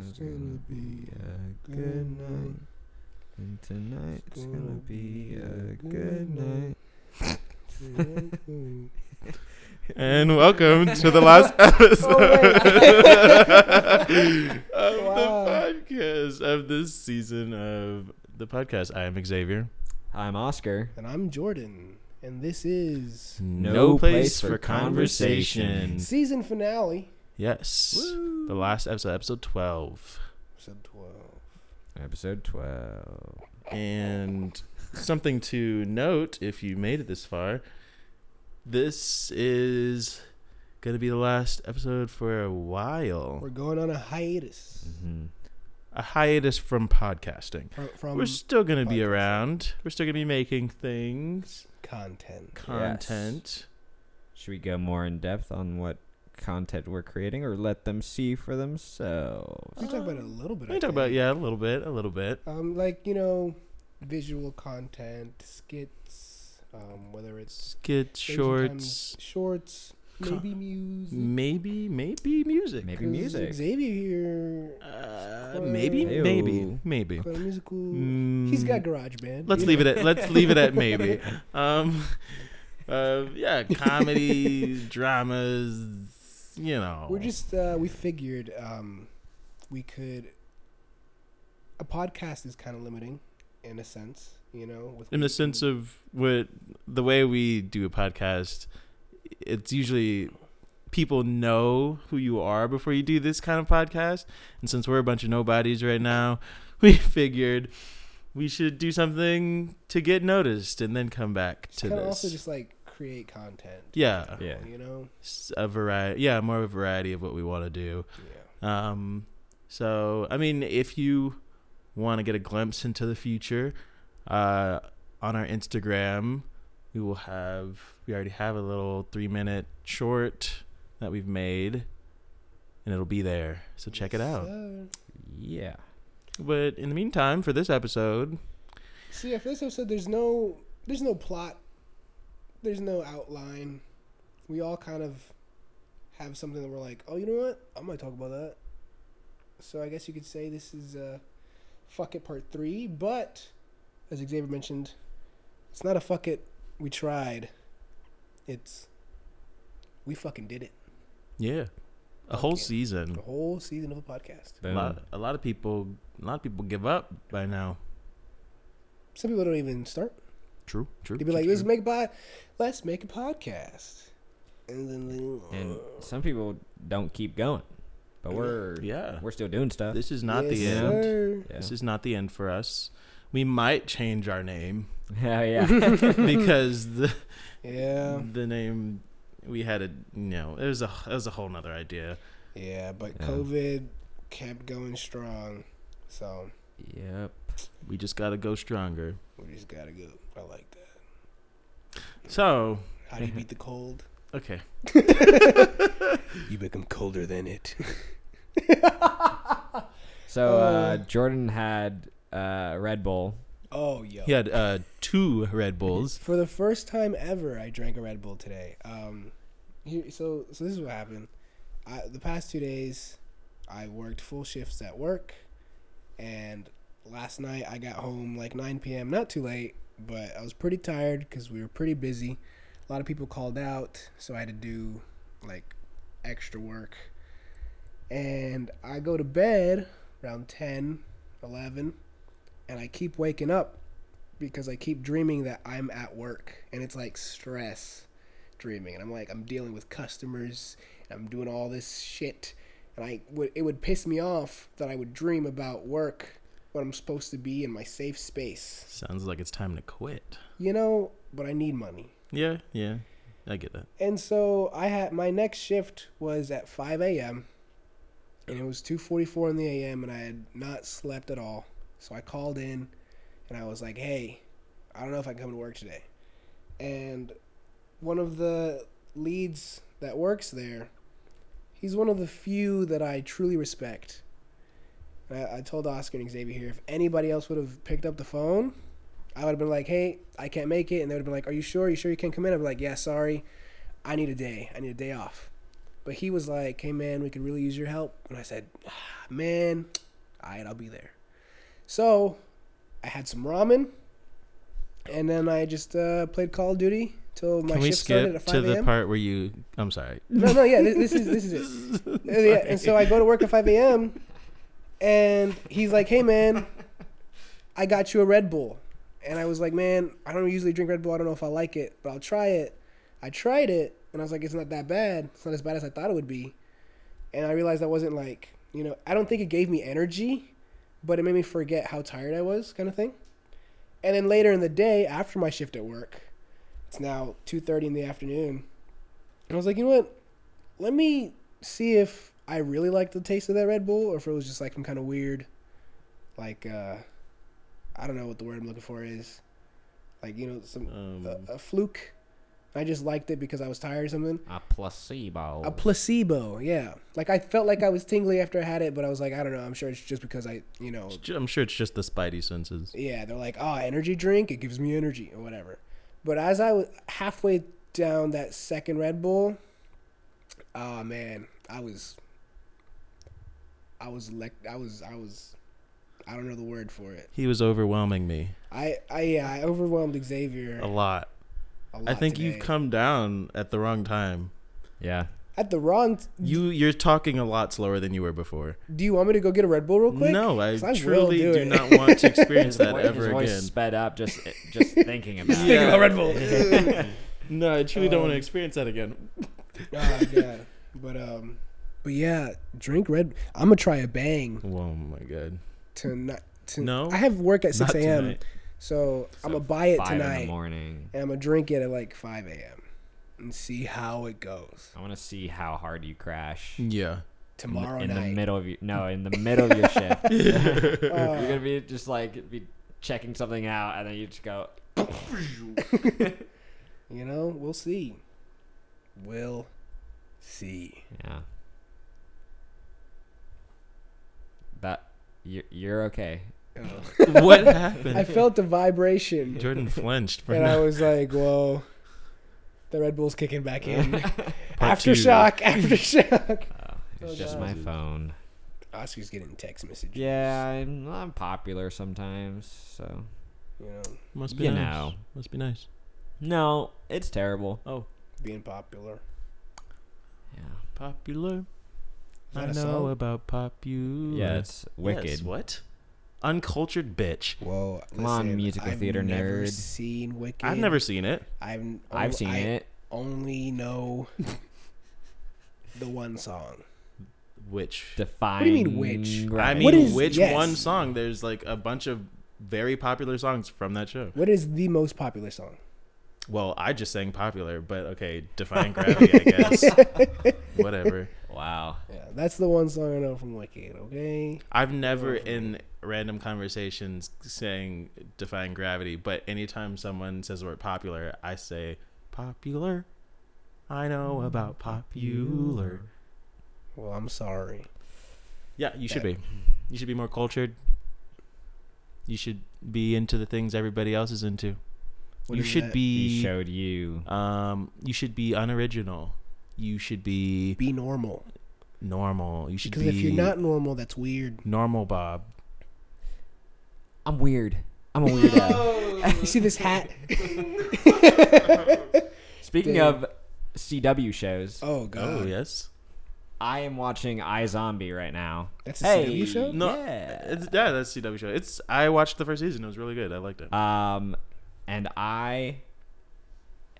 gonna be a good night. And tonight's gonna be a good night. And welcome to the last Oh, episode of Wow. the podcast of this season of the podcast. I am Xavier. Hi, I'm Oscar. And I'm Jordan, and this is No place for conversations. season finale. Yes. The last episode, episode 12. Episode twelve. Episode 12. And something to note if you made it this far, this is going to be the last episode for a while. We're going on a hiatus Mm-hmm. A hiatus from podcasting. from, from We're still going to be podcasting. around. We're still going to be making things, content. content. Should we go more in depth on what content we're creating or let them see for themselves? We talk about it a little bit. We I can talk think. about yeah, a little bit, a little bit. Um, like you know, visual content, skits. Um, whether it's Skit sometimes shorts, shorts, Con- maybe music. maybe, maybe music. Maybe 'Cause music. Xavier here. Uh, maybe, Ew. maybe, maybe. got a musical. Mm, He's got garage band. Let's leave it at let's leave it at maybe. Um, uh, yeah, comedy, dramas. You know, We're just uh, we figured um, we could. A podcast is kind of limiting, in a sense, you know. With in the sense of what the way we do a podcast it's usually people know who you are before you do this kind of podcast and since we're a bunch of nobodies right now we figured we should do something to get noticed and then come back to kind of this also just like create content. yeah, Yeah. You know. S a variety yeah more of a variety of what we want to do um, so, I mean, if you want to get a glimpse into the future, uh, on our Instagram, we will have, we already have a little three minute short that we've made, and it'll be there. So check it out. So, Yeah. But in the meantime, for this episode, see, if this episode, there's no, there's no plot, there's no outline. We all kind of have something that we're like, oh, you know what? I might talk about that. So I guess you could say this is uh, fuck it part three. But as Xavier mentioned, it's not a fuck it. We tried. It's we fucking did it. yeah, a whole Okay. season. The whole season of a podcast. A Boom. lot, a lot of people, a lot of people give up by now. Some people don't even start. True, true. They'd be like, true, let's make pod- let's make a podcast. And then they, uh, And some people don't keep going, but we're true. Yeah, we're still doing stuff. this is not Yes, the end. sir. Yeah. This is not the end for us. We might change our name yeah, yeah. because the Yeah, the name we had a you know it was a it was a whole nother idea. yeah, but Yeah. COVID kept going strong, so yep. We just gotta go stronger. we just gotta go. I like that. So How Mm-hmm. do you beat the cold? okay, You become colder than it. So Uh, uh, Jordan had uh, Red Bull. Oh yo! he had uh, two Red Bulls. For the first time ever, I drank a Red Bull today. Um, here, so so this is what happened. I, the past two days, I worked full shifts at work, and last night I got home like 9 p.m. Not too late, but I was pretty tired because we were pretty busy. A lot of people called out, so I had to do like extra work. And I go to bed around 10, 11, and I keep waking up because I keep dreaming that I'm at work and it's like stress dreaming and I'm like I'm dealing with customers and I'm doing all this shit and I would it would piss me off that I would dream about work when I'm supposed to be in my safe space Sounds like it's time to quit. you know but I need money Yeah, yeah, I get that. and so I had my next shift was at 5 a.m. and it was 2:44 in the a.m. and I had not slept at all. So I called in and I was like, "Hey, I don't know if I can come to work today." And one of the leads that works there, he's one of the few that I truly respect. And I, I told Oscar and Xavier here, if anybody else would have picked up the phone, I would have been like, "Hey, I can't make it," and they would have been like, "Are you sure? you sure you can't come in?" I'd be like, "Yeah, sorry." I need a day. I need a day off. But he was like, hey, man, we could really use your help. And I said, ah, man, All right, I'll be there. So I had some ramen, and then I just uh, played Call of Duty till my Can we shift started at skip to five the a.m. part where you? I'm sorry. No, no, yeah, this, this is this is it. Uh, yeah, and so I go to work at 5 a.m. and he's like, "Hey man, I got you a Red Bull," and I was like, "Man, I don't usually drink Red Bull. I don't know if I like it, but I'll try it." I tried it, and I was like, "It's not that bad. It's not as bad as I thought it would be," and I realized I wasn't like, you know, I don't think it gave me energy, but it made me forget how tired I was, kind of thing. And then later in the day, after my shift at work, it's now 2:30 in the afternoon, and I was like, you know what? Let me see if I really like the taste of that Red Bull or if it was just like some kind of weird, like, uh, I don't know what the word I'm looking for is. Like, you know, some Um, a, a fluke. I just liked it because I was tired or something. A placebo. A placebo, yeah. Like I felt like I was tingly after I had it, but I was like, I don't know. I'm sure it's just because I, you know, it's ju- I'm sure it's just the Spidey senses. yeah. They're like, oh, energy drink. It gives me energy or whatever. But as I was halfway down that second Red Bull, oh man, I was, I was like, I was, I was, I don't know the word for it. He was overwhelming me I, I, yeah, I overwhelmed Xavier. a lot. A Oh, I lot think you've today. come down at the wrong time. yeah. at the wrong. You you're talking a lot slower than you were before. do you want me to go get a Red Bull real quick? No, I 'Cause will truly do, it. not want to His experience that voice- ever his voice again. sped up just just thinking about Yeah. it. Think about Red Bull. No, I truly don't want to Um, experience that again. oh god. But um but yeah, drink red I'm gonna try a bang Oh my god. tonight. To, No, I have work at six Not AM tonight. so, I'm So gonna buy it Five in the tonight morning. and I'm gonna drink it at like five AM and see how it goes. I want to see how hard you crash in Yeah. the- Tomorrow in the, night. middle of your no in the middle of your shift. Uh, You're gonna be just like be checking something out, and then you just go. you know, we'll see. We'll see. Yeah. That you're you're okay. Oh. what happened? I felt the vibration. Jordan flinched for and I no was like, "Whoa, the Red Bull's kicking back in." Part two. aftershock, aftershock. Uh, it's Oh, just God. my phone. Oscar's getting text messages. Yeah, I'm not popular sometimes, so you know, Must be you nice. know. Must be nice. No, it's terrible. Oh, being popular. Yeah. popular. Is that I a know song? about popular. Yeah, it's wicked. Yes, what? Uncultured bitch. Whoa! Come on, musical I've theater never nerd. Seen Wicked. I've never seen it. I've n- I've oh, seen I it. Only know the one song. Which? Define. do you mean which? I right. mean, What is- which yes. one song? There's like a bunch of very popular songs from that show. What is the most popular song? Well, I just sang popular, but okay, Defying Gravity, I guess. Whatever. Wow. Yeah, that's the one song I know from Wicked. Okay. I've never in random conversations saying defying gravity, but anytime someone says the word popular, I say popular. I know about Mm, popular. Well, I'm sorry. Yeah, you should be. You should be more cultured. You should be into the things everybody else is into. What you is should that? be He showed you. um you should be unoriginal. You should be be normal. normal. You should Because be if you're not normal, that's weird. normal Bob. I'm weird. I'm a weirdo. you see this hat? Speaking Damn. of CW shows, Oh god. Oh, yes. I am watching I Zombie right now. That's a CW show? No, Yeah. It's, yeah, that's CW show. It's I watched the first season. It was really good. I liked it. Um, and I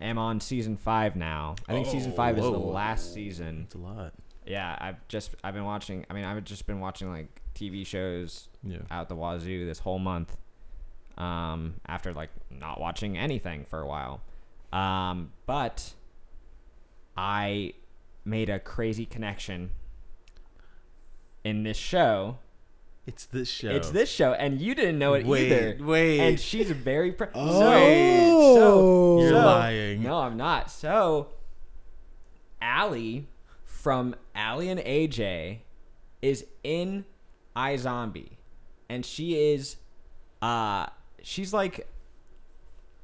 am on season five now. I think season Oh, five is the whoa. last season. It's a lot. Yeah, I've just I've been watching. I mean, I've just been watching like TV shows Yeah. out the wazoo this whole month. Um, after like not watching anything for a while. Um, but I made a crazy connection in this show. It's this show. It's this show, and you didn't know it Wait, either. wait. and she's very. Pre- Oh. so, You're so- lying. No, I'm not. So, Allie from Allie and AJ is in iZombie, and she is, uh, she's like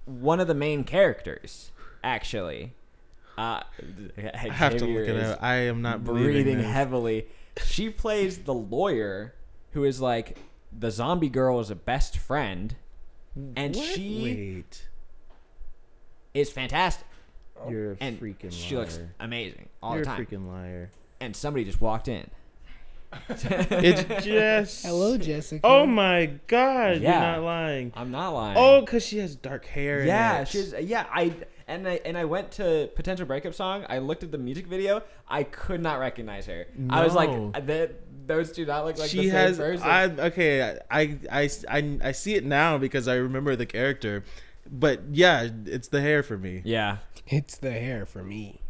one of the main characters, actually. Uh, I have to look it up. I am not believing breathing this. heavily. She plays the lawyer who is like the zombie girl is a best friend, and What? she Wait. is fantastic. You're a Oh, And freaking she liar. looks amazing all You're the a time. freaking liar. And somebody just walked in. It's Jess. Hello, Jessica. Oh my God! Yeah. You're not lying. I'm not lying. Oh, cause she has dark hair. in yeah, it. she's yeah. I and I and I went to potential breakup song. I looked at the music video. I could not recognize her. I was No. like, that those do not look like she the same has. person. I okay. I, I I I see it now because I remember the character, but yeah, it's the hair for me. yeah. It's the hair for me.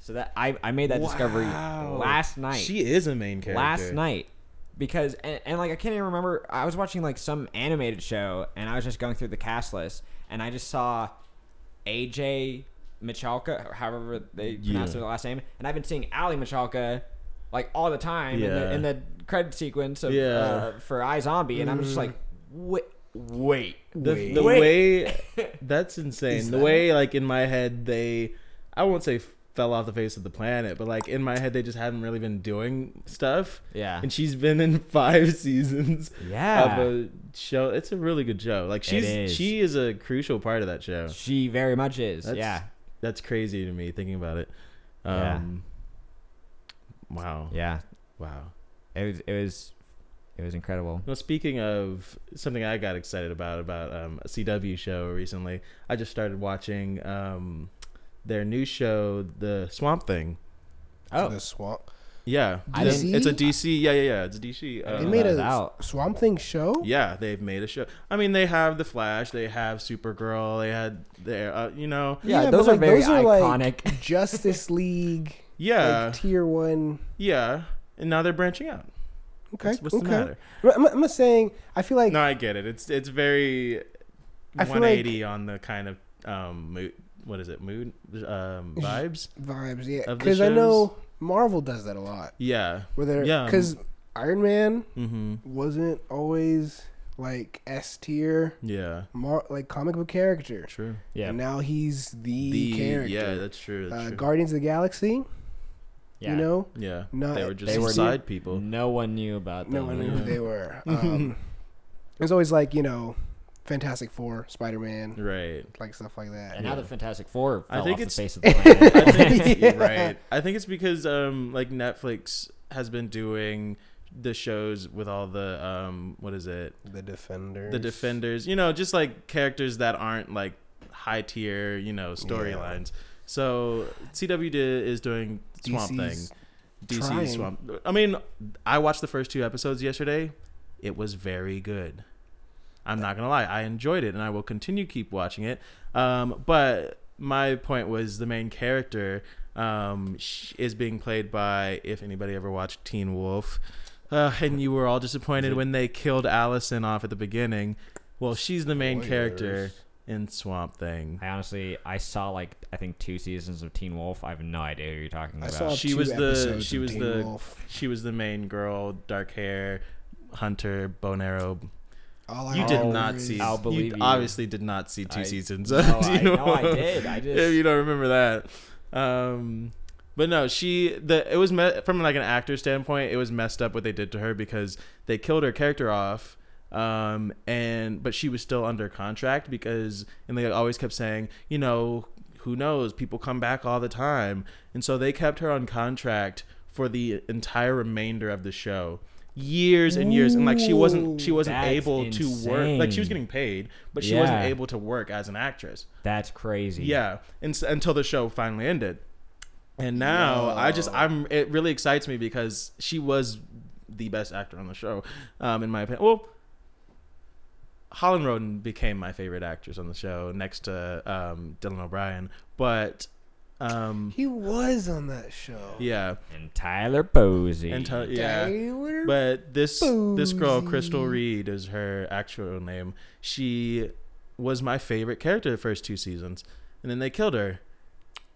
So that I I made that discovery Wow. last night. She is a main character. last night because and, and like I can't even remember. I was watching like some animated show and I was just going through the cast list and I just saw AJ Michalka, or however they pronounce Yeah. their last name, and I've been seeing Ali Michalka like all the time Yeah. in, the, in the credit sequence of, Yeah. Mm. uh, for iZombie, and I'm just like, wait, wait, The, Wait. the Wait. way that's insane. Is the that- way like in my head they, I won't say fell off the face of the planet, but like in my head they just haven't really been doing stuff. yeah, And she's been in five seasons yeah. of a show. It's a really good show. Like she's is. she is a crucial part of that show. she very much is. That's- yeah, That's crazy to me thinking about it. Um, Wow. yeah. Wow. It was it was it was incredible. Well, speaking of something I got excited about about um, a CW show recently, I just started watching um, their new show, The Swamp Thing. Oh, The swamp. Yeah, I The- didn't- it's a DC. Yeah, yeah, yeah. It's a DC. I They Oh, Um, made that a is out. Swamp Thing show? yeah, they've made a show. I mean, they have the Flash, they have Supergirl, they had their, uh, you know, Yeah, those but, are very like, iconic. Justice League, yeah, like tier one. yeah. And now they're branching out. Okay. What's, what's okay. the matter? I'm, I'm just saying, I feel like No, I get it. It's it's very I feel like- 180 on the kind of um mood. What is it? Mood um vibes. vibes, yeah. Of the Because I shows? know Marvel does that a lot. Yeah. Where they're, Yeah. um, Because Iron Man Mm-hmm. wasn't always like S tier, Yeah. mar- like comic book character. True. yeah, And now he's the, The character. yeah, that's true. That's uh, true. Guardians of the Galaxy, yeah. you know? yeah. no, they were just they some were- side people. No one knew about No them. one knew who they were. Um, it was always like, you know, Fantastic Four, Spider Man, Right. like stuff like And that. now the Fantastic Four I fell think off it's- the face of the planet. I think, Yeah. Right. I think it's because um like Netflix has been doing the shows with all the um what is it The Defenders. the defenders you know just like characters that aren't like high tier you know storylines so cw did, is doing swamp DC's thing dc trying. swamp i mean i watched the first two episodes yesterday it was very good i'm not gonna lie i enjoyed it and i will continue keep watching it um, but my point was the main character um, sh- is being played by if anybody ever watched teen wolf uh, and you were all disappointed when they killed Allison off at the beginning. Well, she's the main character in Swamp Thing. I honestly, I saw like I think two seasons of Teen Wolf. I have no idea who you're talking I about. saw She two was the- episodes she of was Teen the- Wolf. She was the main girl, dark hair, hunter, bone arrow. All I You did remember not is- see. I'll believe you you. obviously did not see two I- seasons. No, of Oh, I- Teen no, I Wolf. did. I if just- you don't remember that. Um, but no, she the it was me- from like an actor standpoint, it was messed up what they did to her because they killed her character off. Um, and but she was still under contract because and they always kept saying, you know, who knows, people come back all the time. And so they kept her on contract for the entire remainder of the show. Years and years, and like she wasn't, she Ooh, wasn't that's able to work. Like she was insane. getting paid, but she wasn't Yeah. able to work as an actress. That's crazy. Yeah, and, s- until the show finally ended. And now I just I'm it really excites me because she was the best actor on the show, um, in my opinion. Well, Holland Roden became my favorite actress on the show next to um, Dylan O'Brien, but um, He was on that show. yeah, And Tyler Posey. and t- yeah. Taylor But this this girl, Boozy. Crystal Reed, is her actual name. She was my favorite character the first two seasons, and then they killed her.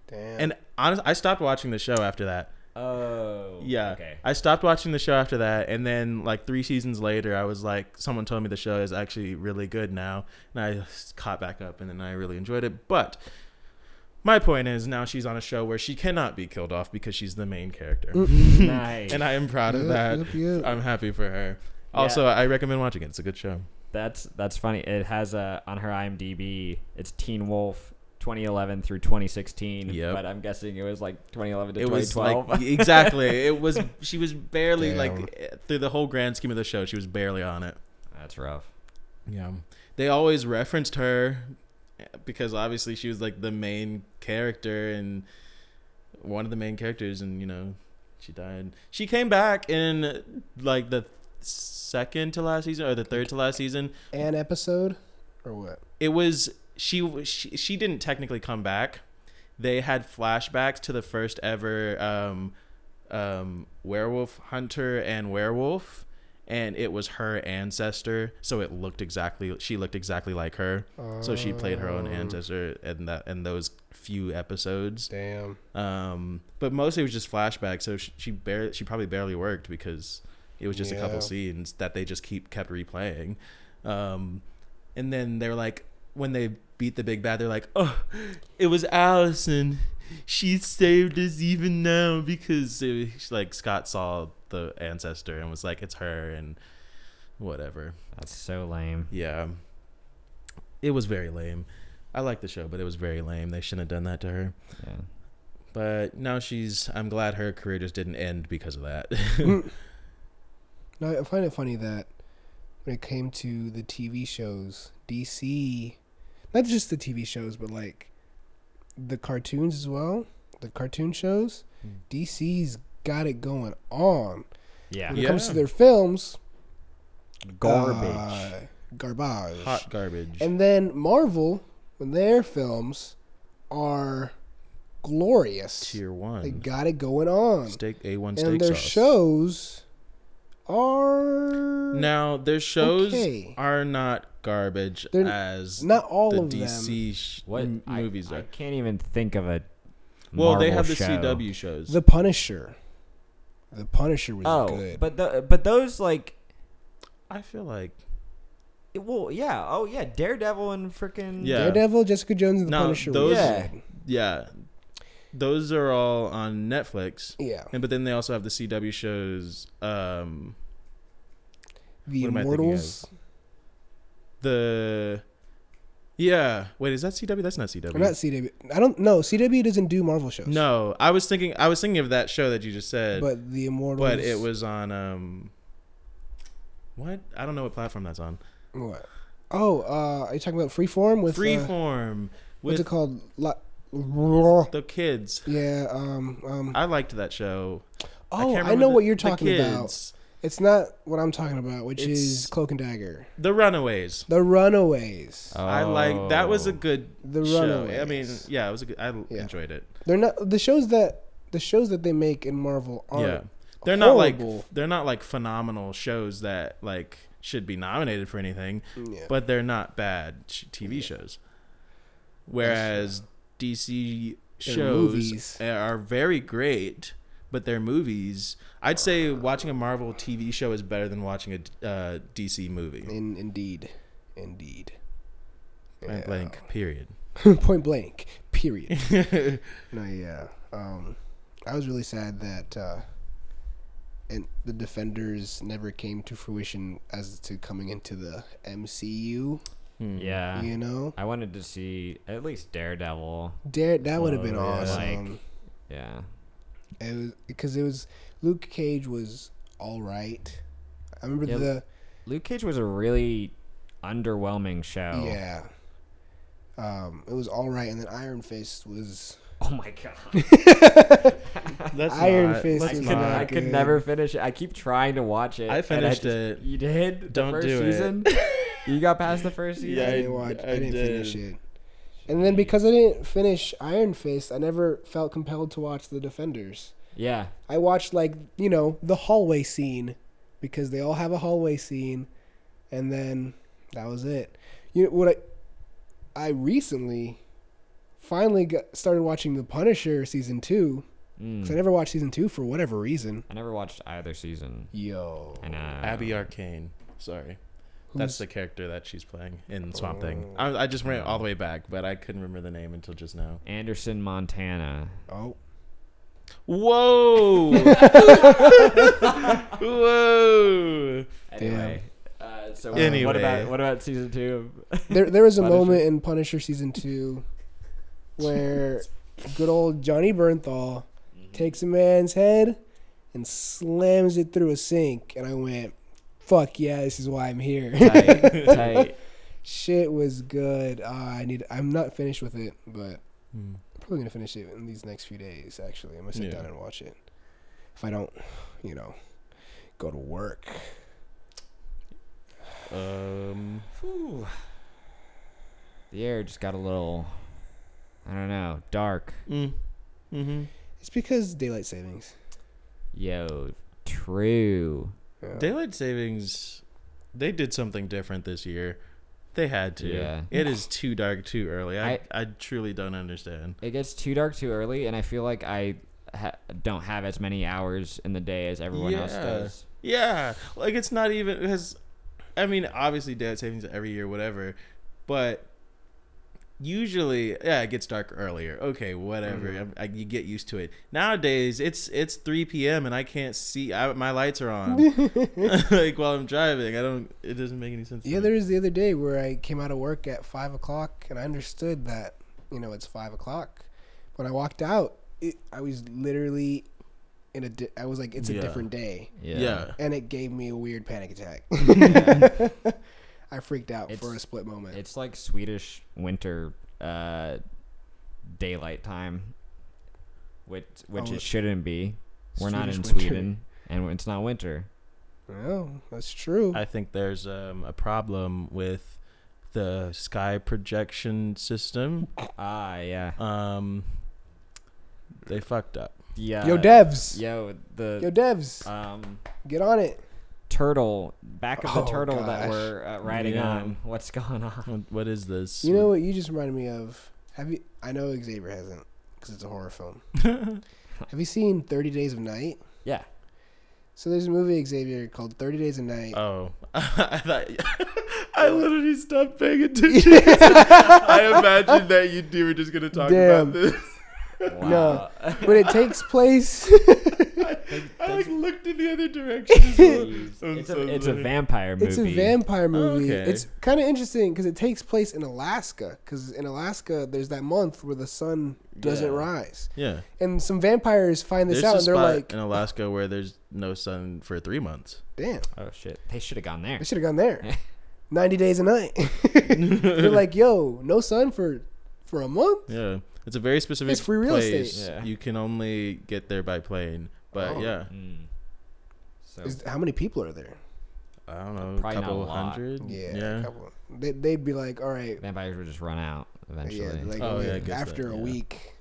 Damn. And honest, I stopped watching the show after that. oh. Yeah, Okay. I stopped watching the show after that, and then like three seasons later, I was like, someone told me the show is actually really good now, and I caught back up, and then I really enjoyed it. But My point is now she's on a show where she cannot be killed off because she's the main character. nice. And I am proud of Yep, that. um, yep, yep. I'm happy for her. Also, I recommend watching it. It's a good show. That's that's funny. It has uh, on her IMDb. It's Teen Wolf 2011 through 2016. Yep. But I'm guessing it was like 2011 to It was 2012. like exactly. It was she was barely like Damn. eh, through the whole grand scheme of the show, she was barely on it. that's rough. Yeah. They always referenced her because obviously she was like the main character and one of the main characters and you know she died. She came back in like the second to last season or the third to last season. An episode or what? It was she she, she didn't technically come back. They had flashbacks to the first ever um um werewolf hunter and werewolf and it was her ancestor so it looked exactly she looked exactly like her so she played her own Um, ancestor in that in those few episodes. Damn. Um, but mostly it was just flashbacks. So she, she barely she probably barely worked because it was just a Yeah. couple scenes that they just keep kept replaying. Um, and then they're like when they beat the big bad, they're like, oh, it was Allison. She saved us even now because it was, like Scott saw the ancestor and was like, it's her and whatever. That's so lame. Yeah. It was very lame. I like the show, but it was very lame. They shouldn't have done that to her. Yeah. But now she's. I'm glad her career just didn't end because of that. No, I find it funny that when it came to the TV shows, DC, not just the TV shows, but like the cartoons as well, the cartoon shows, Mm. DC's got it going on. Yeah. When it comes to Yeah. their films, Garbage. uh, garbage. Hot garbage. And then Marvel, when their films are glorious, Tier they one. got it going on. Steak A1 steak and their sauce. shows are Now their shows Okay. are not garbage They're as not all the of them. DC sh- What m- I- movies I, are. can't even think of a. Well, they Marvel have the show. CW shows. The Punisher. The Punisher was Oh, good. but the but those like. I feel like it- Well, yeah. Oh, yeah. Daredevil and freaking. Yeah. Daredevil, Jessica Jones, and The No, Punisher. those- was Yeah. good. yeah, those are all on Netflix. yeah. And but then they also have the CW shows. Um, The What am I thinking Immortals. the yeah wait is that cw that's not cw Or not CW. I don't know. CW doesn't do Marvel shows. no i was thinking i was thinking of that show that you just said but, But The Immortals. it was on um what i don't know what platform that's on What? Oh, uh, are you talking about Freeform with. uh, freeform what's it with called? La- the kids yeah. Um, um, i liked that show I, oh, I, can't remember know the- what you're the talking about. kids. It's not what I'm talking about, which is It's- Cloak and Dagger. the runaways The Runaways. i like that was a good The Uh, show i mean Runaways. yeah it was a good i Yeah. enjoyed it They're not the shows that the shows that they make in Marvel aren't. yeah they're not like horrible. they're not like phenomenal shows that like should be nominated for anything Yeah. but they're not bad sh- TV Yeah. shows. Whereas DC Their shows eh, movies. are very great, but their movies, I'd say watching a Marvel TV show is better than watching a uh, DC movie. In, indeed, indeed. Point Yeah. blank. Period. Point blank. Period. no, yeah. Um, I was really sad that uh, and the Defenders never came to fruition as to coming into the MCU. Hmm. Ah. Yeah. You know, I wanted to see at least Daredevil. Dare that would have been Oh, yeah. awesome. Yeah. It was because it was Luke Cage was all right. I remember Yeah, the Luke Cage was a really underwhelming Oh. show. yeah. Um, it was all right, and then Iron Fist was Oh my god. Let's Iron not- Fist let's is I could, not I could good. never finish it. I keep trying to watch it. I and finished just- it. You did? The Don't first do it. season? you got past the first season? Yeah, I I- didn't watch. I, I didn't did. finish it. And then because I didn't finish Iron Fist, I never felt compelled to watch The Defenders. Yeah. I watched like you know the hallway scene because they all have a hallway scene, and then that was it. You know what? I I recently finally got, started watching The Punisher season two Mm. because I never watched season two for whatever reason. I never watched either season. Yo, uh, I know. Abby Arcane. Sorry. That's Who's- Oh. the character that she's playing in Swamp Thing. I, I just went all the way back, but I couldn't remember the name until just now. Anderson, Montana. Oh, Whoa! Whoa! Anyway. Uh, so Anyway. what about what about season two? of- there there was a Punisher. moment in Punisher season two where good old Johnny Bernthal Mm-hmm. takes a man's head and slams it through a sink, and I went, "Fuck yeah, this is why I'm here." tight, tight. Shit was good. Uh, I need. I'm not finished with it, but Hmm. I'm probably gonna finish it in these next few days. Actually, I'm gonna sit Yeah. down and watch it. If I don't, you know, go to work. Um, Whew. The air just got a little, I don't know, dark. mm, hmm It's because daylight savings. Yo, true. Yeah. Daylight savings, they did something different this year. They had to. Yeah. It is too dark too early. I, I- I, truly don't understand. It gets too dark too early, and I feel like I ha- don't have as many hours in the day as everyone else Yeah. does. Yeah, like it's not even because, I mean, obviously daylight savings every year, whatever, but usually, yeah, it gets dark earlier. Okay, whatever, Mm-hmm. I'm- I, you get used to it. Nowadays, it's it's three p.m. and I can't see. I, my lights are on, like while I'm driving. I don't. It doesn't make any sense. to Yeah, me. there was the other day where I came out of work at five o'clock, and I understood that you know it's five o'clock. When I walked out, it, I was literally in a. Di- I was like, it's a Yeah. different day, Yeah. and it gave me a weird panic attack. I freaked out for It's- a split moment. It's like Swedish winter uh, daylight time, which which Oh, it shouldn't be. We're not in Swedish winter. Sweden, and it's not winter. well, that's true. I think there's um, a problem with the sky projection system. Ah, yeah, Um, they fucked up. yeah. yo, devs. Yo, the Yo, devs. um get on it. turtle back of the Oh, turtle that gosh. we're uh, riding Yeah. on. What's going on? What- What is this? You know what? You just reminded me of. Have you? I know Xavier hasn't, because it's a horror film. have you seen Thirty Days of Night? Yeah. So there's a movie Xavier called Thirty Days of Night. Oh, I thought I literally stopped paying attention. I imagined that you two were just gonna talk Damn. about this. No. but it takes place. I like looked in the other direction. Jeez. I'm it's, so a, it's a sorry. vampire movie. it's a vampire movie. okay. It's kind of interesting because it takes place in Alaska. Because in Alaska, there's that month where the sun doesn't Yeah. rise, yeah. and some vampires find this There's out, a and they're spot like, in Alaska where there's no sun for three months. "Damn, Oh shit! They should have gone there. I should have gone there." Ninety days a night. they're like, "Yo, no sun for for a month." Yeah, it's a very specific It's free real estate. place. Yeah. You can only get there by plane. But Oh. yeah, Mm. So Is, how many people are there? I don't know, Probably a not a couple lot. hundred. Yeah, Yeah. a couple. They, they'd be like, "All right, vampires would just run out eventually. yeah, like Oh, yeah, I like, guess after that, a yeah. week,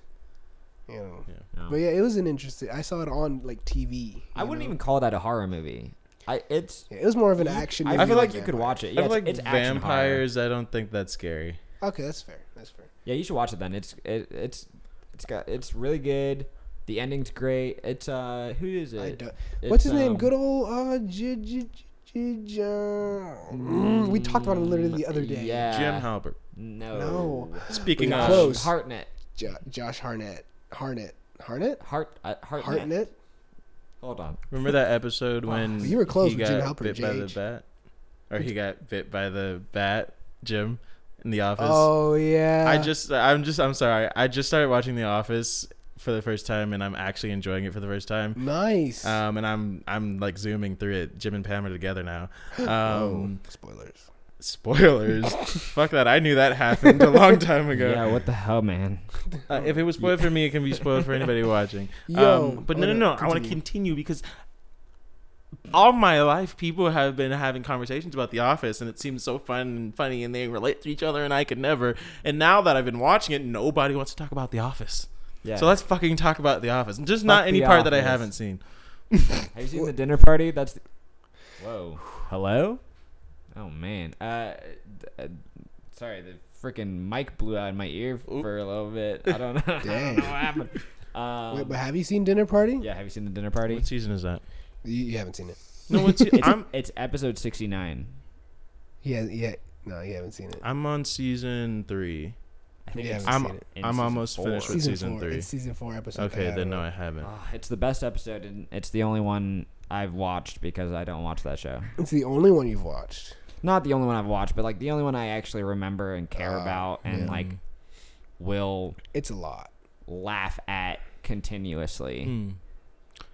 you know." No. But yeah, it was an interesting. I saw it on like TV. I you wouldn't know? even call that a horror movie. I it's. Yeah, it was more of an action. I movie feel than like you could vampire. watch it. I Yeah, feel it's, like it's action horror. vampires. I don't think that's scary. Okay, that's fair. That's fair. Yeah, you should watch it then. It's it, it's it's got it's really good. The ending's great. It's uh who is it? I don't, It's, what's his name? um, Good old uh, J- J- J- J- mm, we talked about him literally the other day. Yeah. Jim Halpert. No. No. Speaking Wait, of, close. Hartnett. Jo- Josh Harnett. Harnett. Harnett. Hart uh, Hartnett. Hartnett. Hold on. remember that episode when You were close he with got Jim Halpert, bit by the JH. bat, or he got bit by the bat, Jim, in the office. Oh yeah. I just, I'm just, I'm sorry. I just started watching The Office for the first time, and I'm actually enjoying it for the first time. nice. Um, and I'm I'm like zooming through it. Jim and Pam are together now. Um, oh, spoilers. spoilers. Fuck that. I knew that happened a long time ago. Yeah, what the hell, man? Uh, if it was spoiled for me, it can be spoiled for anybody watching. Yo, um, but no, no, hold no. on, I want to continue. continue because all my life people have been having conversations about The Office, and it seems so fun and funny, and they relate to each other, and I could never. And now that I've been watching it, nobody wants to talk about The Office. Yeah. So let's fucking talk about The Office. Just not Fuck any The part that I Office. haven't seen. Have you seen the dinner party? That's. The... Whoa. Hello. Oh man. Uh, th- uh, sorry. The freaking mic blew out in my ear Oop. for a little bit. I don't know. I don't Dang. know what happened. Um, Wait, but have you seen Dinner Party? yeah. Have you seen the dinner party? What season is that? You, you haven't seen it. No, what's It's, I'm it's episode sixty nine. Yeah, yeah. No, you haven't seen it. I'm on season three. I Yeah, it's I haven't I'm seen it. in I'm season almost four. finished with season, season four. three. It's Uh, season four episode. Okay, then no, five. I haven't. Ah, it's the best episode, and it's the only one I've watched because I don't watch that show. It's the only one you've watched. Not the only one I've watched, but like the only one I actually remember and care Ah, about, and like will It's a lot. laugh at continuously. Hmm.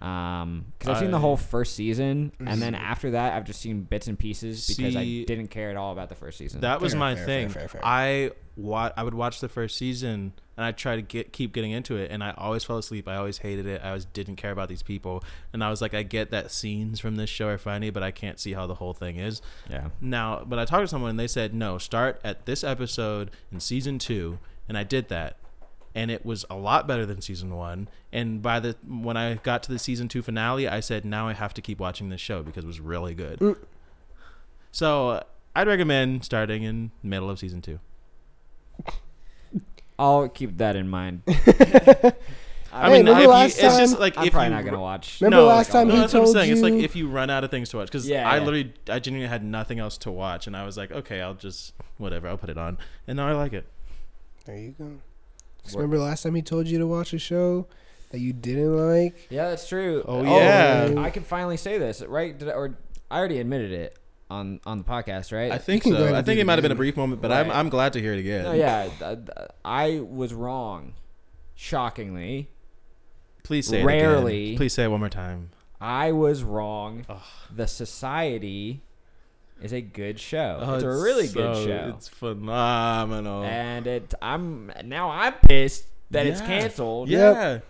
Um, because I've seen the I- Mm. whole first season, and then after that, I've just seen bits and pieces because I See- didn't care at all about the first season. That was Fair, my fair, fair, thing. fair, fair. I wa- I would watch the first season and I try to get keep getting into it and I always fell asleep. I always hated it. I always didn't care about these people. And I was like, I get that scenes from this show are funny, but I can't see how the whole thing is. yeah, Now, but I talked to someone and they said, no, start at this episode in season two. And I did that. And it was a lot better than season one. And by the when I got to the season two finale, I said, now I have to keep watching this show because it was really good. So uh, I'd recommend starting in middle of season two. I'll keep that in mind. I Hey, mean, remember if you- last it's just time- like I'm if probably you not ru- gonna watch. Remember last time he that's what I'm told saying. It's like you- if you run out of things to watch, because Yeah, I yeah. literally, I genuinely had nothing else to watch, and I was like, okay, I'll just whatever, I'll put it on, and now I like it. There you go. Just What- remember last time he told you to watch a show that you didn't like? Yeah, that's true. Oh, yeah. I can finally say this, right? Did I, or I already admitted it on on the podcast, right? I think can go so. ahead I and think do it might have been a the- brief moment, but I'm Right. I'm glad to hear it again. no, yeah, th- th- I was wrong. Shockingly, Please say it Rarely. again. Please say it one more time. I was wrong. The Society is a good show. it's, a really good Oh, so- show, It's Oh. phenomenal. and it. I'm now I'm pissed that it's Yeah. canceled. Yeah.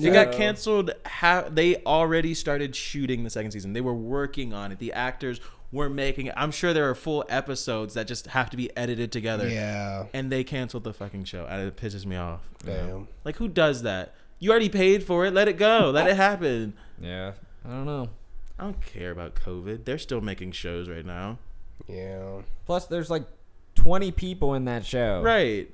It got So- canceled. How they already started shooting the second season. They were working on it. The actors were making it. I'm sure there are full episodes that just have to be edited together. Yeah. And they canceled the fucking show. And it pisses me off. Damn. Like who does that? You already paid for it. Let it go. Let it happen. yeah. I don't know. I don't care about COVID. They're still making shows right now. Yeah. Plus, there's like 20 people in that show. Right.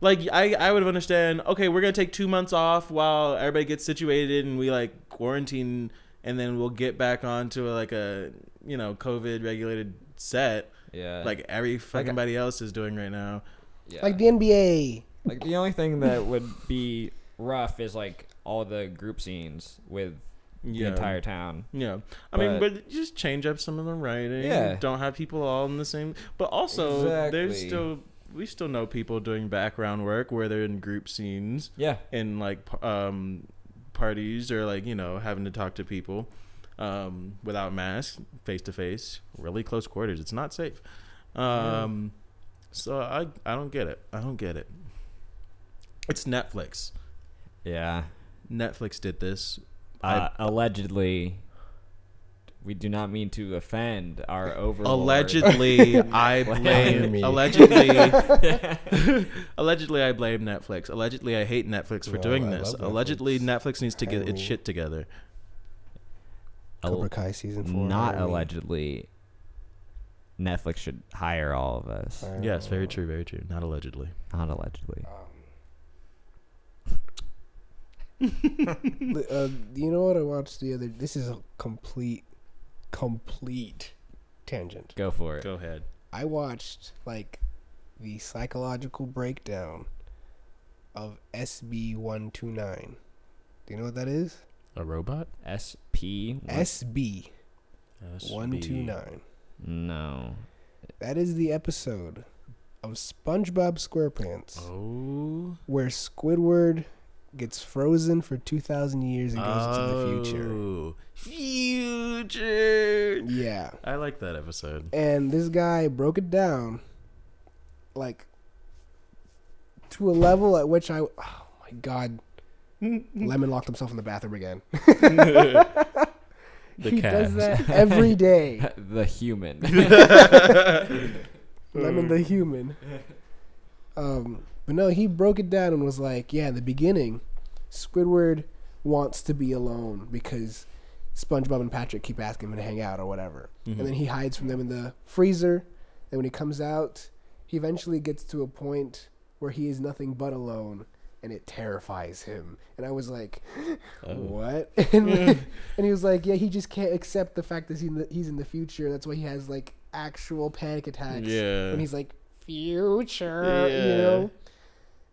Like I, I would understand. Okay, we're gonna take two months off while everybody gets situated and we like quarantine, and then we'll get back onto like a you know COVID regulated set, Yeah. like every fucking body else is doing right now. yeah. Like the NBA. Like the only thing that would be rough is like all the group scenes with the Yeah. entire town. Yeah, I mean, But- but just change up some of the writing. Yeah. don't have people all in the same. But also, there's Exactly. still we still know people doing background work where they're in group scenes. Yeah. in like p- um, parties or like you know having to talk to people um, without masks, face to face, really close quarters. It's not safe. Um, So I I don't get it. I don't get it. It's Netflix. Yeah. Netflix did this. Uh, allegedly, we do not mean to offend our overlord. Allegedly, I blame. Me. Allegedly, allegedly, I blame Netflix. Allegedly, I hate Netflix for No, doing I this. love Allegedly, Netflix needs to get Hate its me. shit together. Al- Cobra Kai season four. not Hire me. allegedly. Netflix should hire all of us. Hire Yes, me. very true, very true. Not allegedly. Not allegedly. Li- uh, you know what I watched the other? This is a complete, complete tangent. Go for it. Go ahead. I watched like the psychological breakdown of SB one two nine. Do you know what that is? A robot? SP. SB one two nine. No. That is the episode of SpongeBob SquarePants Oh. where Squidward gets frozen for two thousand years and goes into the Oh. future. Future. Yeah. I like that episode. and this guy broke it down like to a level at which I oh my god Lemon locked himself in the bathroom again. The he does cat. that every day. the human. Mm. Lemon the human. Um, but no, he broke it down and was like, yeah, in the beginning, Squidward wants to be alone because SpongeBob and Patrick keep asking him to hang out or whatever. And Mm-hmm. then he hides from them in the freezer. And when he comes out, he eventually gets to a point where he is nothing but alone. and it terrifies him. And I was like, Oh. what? And, and he was like, yeah, he just can't accept the fact that he's in the, he's in the future. That's why he has like actual panic attacks. Yeah. And he's like, future, you Yeah. know?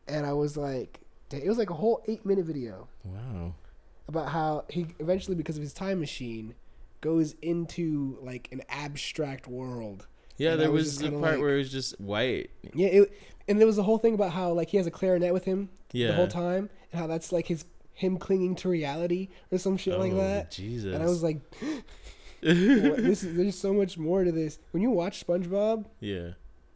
And I was like, da- it was like a whole eight minute video Wow. about how he eventually, because of his time machine, goes into like an abstract world. Yeah, And I there was was just the kinda part like- where it was just white. Yeah, it, and there was the whole thing about how like he has a clarinet with him the Yeah. whole time, and how that's like his him clinging to reality or some shit like oh, that. Jesus. And I was like, what, this is, there's so much more to this. When you watch SpongeBob, yeah.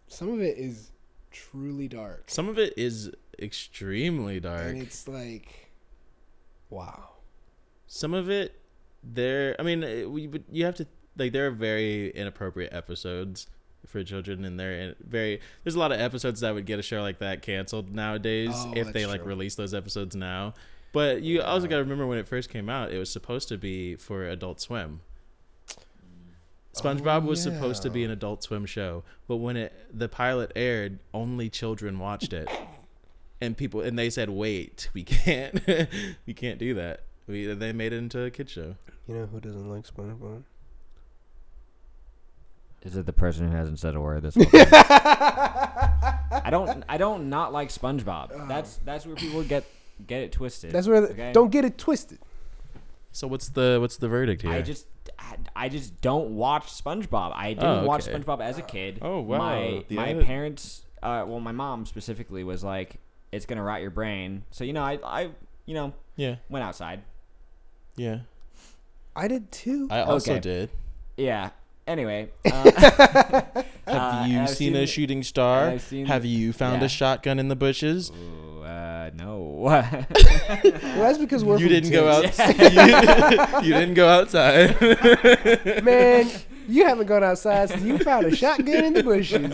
some of it is truly dark, Some of it is extremely dark. and it's like, wow. Some of it, there. I mean, it- we, but you have to like there are very inappropriate episodes for children, and they're in- very. There's a lot of episodes that would get a show like that canceled nowadays Oh, if they that's like true. release those episodes now. But you also got to remember when it first came out, it was supposed to be for Adult Swim. Oh, SpongeBob was supposed to be an Adult Swim show, but when it the pilot aired, only children watched it, and people and they said, "Wait, we can't, we can't do that." We, they made it into a kid show. You know who doesn't like SpongeBob? Is it the person who hasn't said a word this whole time? I don't I don't not like SpongeBob. That's that's where people get get it twisted. That's where. The, okay? Don't get it twisted. So what's the what's the verdict here? I just I, I just don't watch SpongeBob. I didn't Oh, watch okay. SpongeBob as a kid. Oh, wow. My The my other- parents, uh, well, my mom specifically was like, "It's gonna rot your brain." So you know, I I you know yeah, went outside. yeah. I did too. I also Okay. did. Yeah. Anyway, uh, Have Uh, you I've seen, seen a it- shooting star? I've seen- Have you found yeah. a shotgun in the bushes? ooh, uh, no. well, that's because we're You from didn't go Texas. out. you, you didn't go outside. Man, you haven't gone outside since you found a shotgun in the bushes.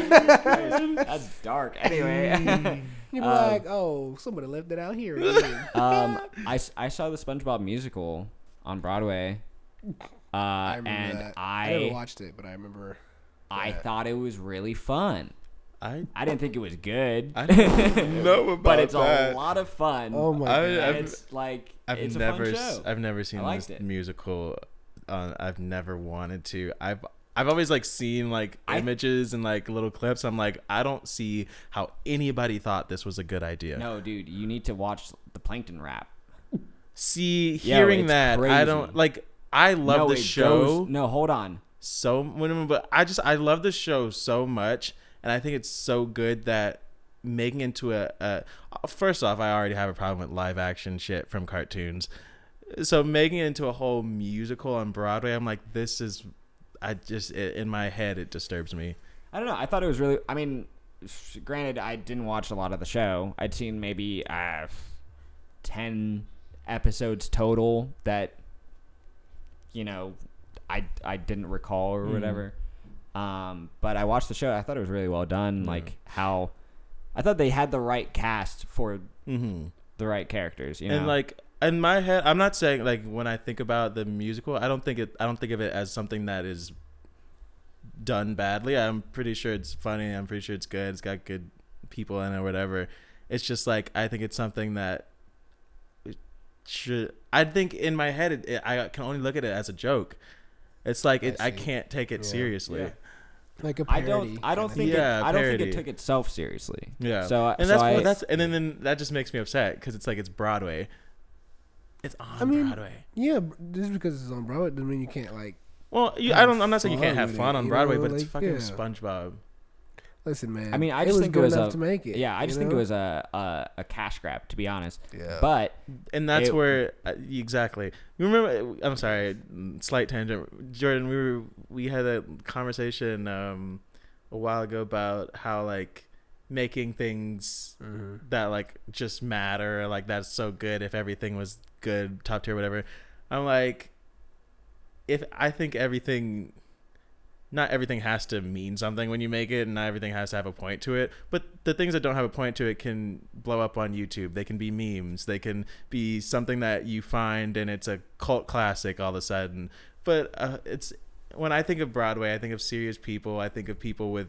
That's dark. Anyway, You'd be like, oh, somebody left it out here. again." um, I, s- I saw the SpongeBob musical on Broadway, uh, I remember and that. I never I watched it, but I remember. I, that. thought it was really fun. I I didn't think it was good, I don't know about but it's that. a lot of fun. Oh my I- god! And I've- it's like I've it's never a fun s- show. I've never seen liked this it. musical. Uh, I've never wanted to. I've I've always like seen like I- images and like little clips. I'm like I don't see how anybody thought this was a good idea. no, dude, you need to watch the Plankton Rap. See, hearing it's that, I don't crazy. like. I love no, the it show goes- no, hold on. so when but I just I love the show so much and I think it's so good that making into a, a first off I already have a problem with live action shit from cartoons so making it into a whole musical on Broadway I'm like this is I just it, in my head it disturbs me I don't know. I thought it was really. I mean, s- granted, I didn't watch a lot of the show. I'd seen maybe uh, ten episodes total that you know I I didn't recall Mm. or whatever. Um, but I watched the show. I thought it was really well done. Mm. Like how I thought they had the right cast for Mm-hmm. the right characters. You know, and like in my head I'm not saying like when I think about the musical I don't think it I don't think of it as something that is done badly. I'm pretty sure it's funny. I'm pretty sure it's good. It's got good people in it, or whatever. It's just like I think it's something that it should. I think in my head, it, it, I can only look at it as a joke. It's like it, I I, see. can't take it seriously. Yeah. like a I parody. don't I don't kinda think Yeah, it, I don't think parody. it took itself seriously. Yeah. So and so that's I, what- that's and then, then that just makes me upset because it's like it's Broadway. It's on I mean- Broadway. thing. Yeah, b- just because it's on Broadway doesn't mean you can't like. Well, you, Have I don't. I'm not saying you fun can't have with fun it, on you Broadway, know, but it's like, fucking yeah. SpongeBob. Listen, man. I mean, I it just was think good it was enough a, to make it. Yeah, I you just think it know? Oh. was a, a a cash grab, to be honest. Yeah. But and that's It- where uh, exactly you remember i'm sorry mm, slight tangent jordan we were we had a conversation um a while ago about how like making things Mm-hmm. that like just matter like that's so good if everything was good top tier whatever i'm like if i think everything not everything has to mean something when you make it and not everything has to have a point to it but the things that don't have a point to it can blow up on youtube they can be memes they can be something that you find and it's a cult classic all of a sudden but uh, it's when i think of broadway i think of serious people i think of people with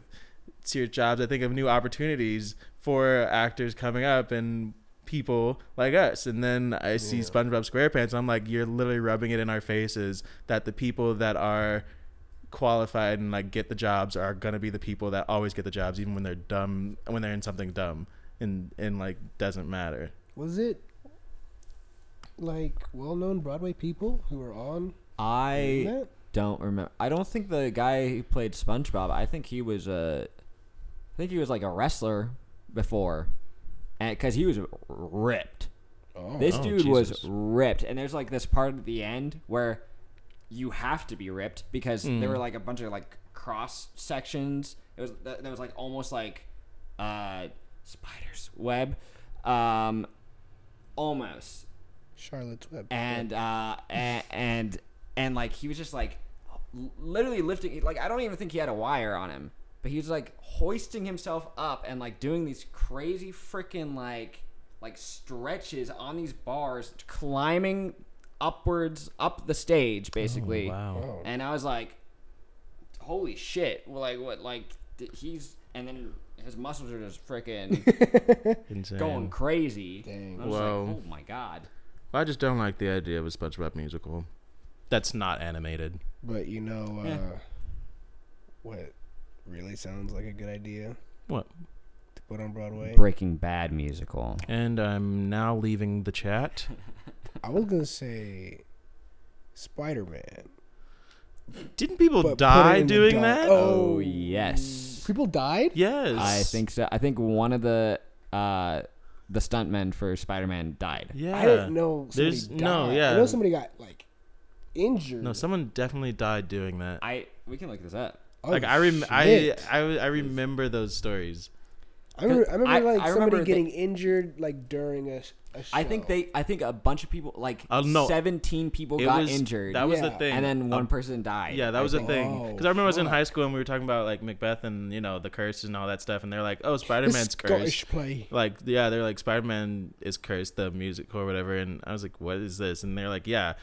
serious jobs. I think of new opportunities for actors coming up and people like us. And then I see Yeah. SpongeBob SquarePants. I'm like, you're literally rubbing it in our faces that the people that are qualified and like get the jobs are gonna be the people that always get the jobs, even when they're dumb, when they're in something dumb, and and like doesn't matter. Was it like well-known Broadway people who were on I that? don't remember. I don't think the guy who played SpongeBob. I think he was a, I think he was like a wrestler before, and because he was ripped. Oh, This Oh, dude was Jesus. ripped, and there's like this part at the end where you have to be ripped because Mm. there were like a bunch of like cross sections. It was th- there was like almost like uh spider's web, um, almost Charlotte's Web. Ah. and uh and, and and like he was just like literally lifting like i don't even think he had a wire on him but he was like hoisting himself up and like doing these crazy freaking like like stretches on these bars climbing upwards up the stage basically oh, and I was like, "Holy shit!" Well, like what? Like th- he's and then his muscles are just freaking Insane. going crazy. Dang. I was like, Whoa. "Oh my god!" I just don't like the idea of a SpongeBob musical. That's not animated. but you know uh, Yeah. what really sounds like a good idea What? to put on Broadway? Breaking Bad musical. And I'm now leaving the chat. I was gonna say Spider-Man. Didn't people But put die it in the doing doll- that? Oh. Oh yes, People died. Yes. I think so. I think one of the uh the stuntmen for Spider-Man died. Yeah. I didn't know. Somebody There's- died. no, I yeah. know somebody got like injured. No, someone definitely died doing that. I we can look this up. Oh, like I, rem- I, shit. I I remember those stories. I remember, I remember I- like I somebody remember getting injured like during a, sh- a show. I think they. I think a bunch of people, like Uh, no. seventeen people, It got was- injured. That was the Yeah. thing. and then one Um, person died. Yeah, that was a a thing. Oh, Because I remember I was in fuck. high school and we were talking about like Macbeth and you know the curse and all that stuff, and they're like, "Oh, Spider The Man's Scottish cursed." play. Like, yeah, they're like Spider Man is cursed, the music or whatever. And I was like, "What is this?" And they're like, "Yeah,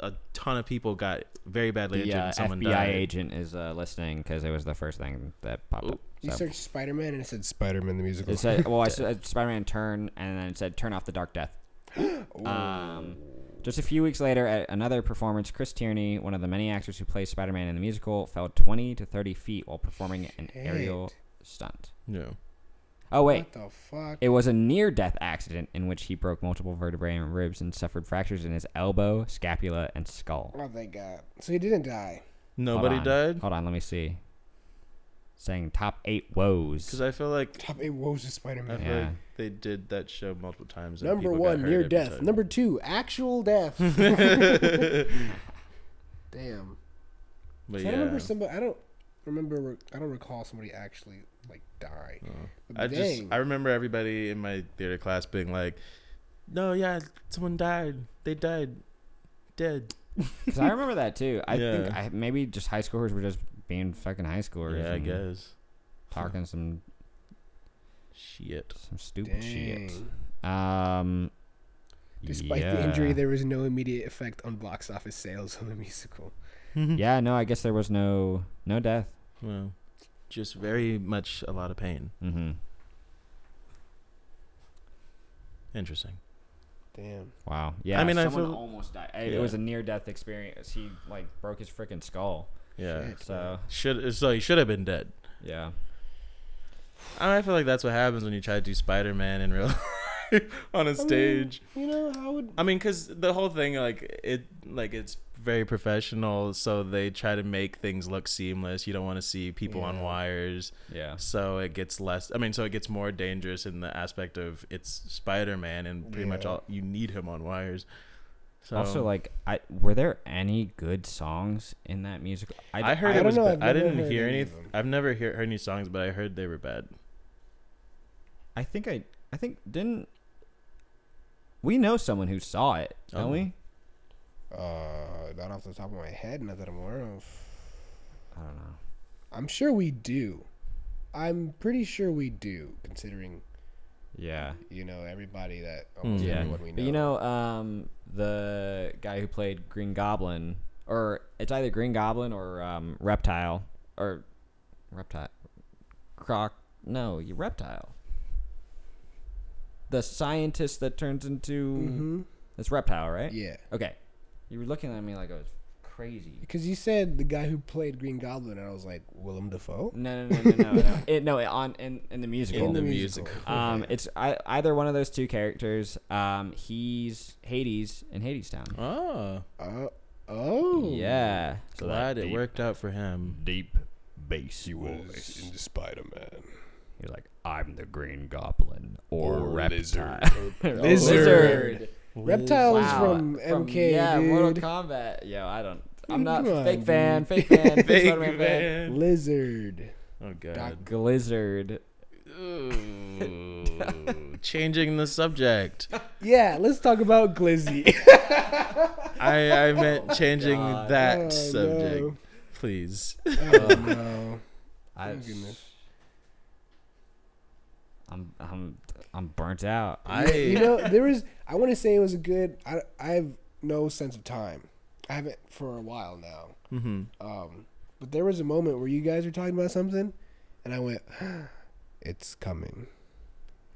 a ton of people got very badly The injured. uh, and someone FBI died." agent is uh, listening because it was the first thing that popped up. You so. searched Spider-Man and it said Spider-Man the musical. It said, well, I said uh, Spider-Man turn, and then it said turn off the Dark Death. Um, just a few weeks later, at another performance, Chris Tierney, one of the many actors who plays Spider-Man in the musical, fell 20 to 30 feet while performing an aerial stunt. Yeah. Oh wait, What the fuck? it was a near-death accident in which he broke multiple vertebrae and ribs and suffered fractures in his elbow, scapula, and skull. Oh thank God. So he didn't die. Hold Nobody on. Oh, died. Hold on, let me see. Saying top eight Because woes. I feel like Top eight woes of I Spider-Man. feel Yeah. like they did that show multiple times. and Number people got one, hurt near every death. time. Number two, actual death. Damn. but So yeah, I remember somebody. I don't remember. I don't recall somebody actually like die. But I just dang. I remember everybody in my theater class being like, "No, yeah, someone died. They died, dead." Because I remember that too. I think Yeah. I, maybe just high schoolers were just being fucking high schoolers. yeah, I and guess. Talking some Shit. some stupid dang. shit. Um, Despite the injury, there was no immediate effect on box office sales on the musical. yeah, no, I guess there was no no death. Well, just very much a lot of pain. Mm-hmm. Interesting. Damn. Wow. Yeah. I mean, I someone feel- almost died. It Yeah. was a near-death experience. He like broke his freaking skull. Yeah. Shit. So Should so he should have been dead. yeah. I feel like that's what happens when you try to do Spider Man in real on a stage. You know how would I mean, because the whole thing, like it, like it's very professional, so they try to make things look seamless. You don't want to see people on Yeah. wires, Yeah. so it gets less. I mean, so it gets more dangerous in the aspect of it's Spider Man, and pretty much Yeah. all you need him on wires. So, also, like, I were there any good songs in that musical? I heard I it don't was. know, ba- I've I never didn't heard hear any any. of them. I've never hear, heard any songs, but I heard they were bad. I think I. I think didn't. We know someone who saw it, Oh. don't we? uh not off the top of my head, not that I'm aware of. I don't know. I'm sure we do. I'm pretty sure we do, considering Yeah. you know everybody that almost Yeah. everyone we know. But you know, um, the guy who played Green Goblin, or it's either Green Goblin or um, Reptile, or Reptile, croc. No, you reptile. The scientist that turns into Mm-hmm. that's reptile, right? Yeah. Okay. You were looking at me like I was crazy. Because you said the guy who played Green Goblin, and I was like, Willem Dafoe? No, no, no, no, no, no. It, no, it, on in, in the musical. In the musical. um, it's I, either one of those two characters. Um, he's Hades in Hades Town. Oh, Uh, oh. Yeah. So that glad it worked out for him. deep bass He was in the Spider Man. He's like, I'm the Green Goblin or, reptile. Lizard. Lizard. Reptile is Wow. from, MK, yeah, Mortal dude. Kombat. Yo, I don't. I'm not Come on, fake dude. fan. Fake fan. Fake, Big Spider-Man fan. man. Lizard. Oh Doc god. Glizzard. Ooh, changing the subject. Yeah, let's talk about Glizzy. I I meant changing God. that Oh, subject. no. Please. oh, no. I, goodness. I'm I'm I'm burnt out. I you know, there was. I want to say it was a good. I, I have no sense of time. I haven't for a while now. Mhm. Um, but there was a moment where you guys were talking about something, and I went, "It's coming.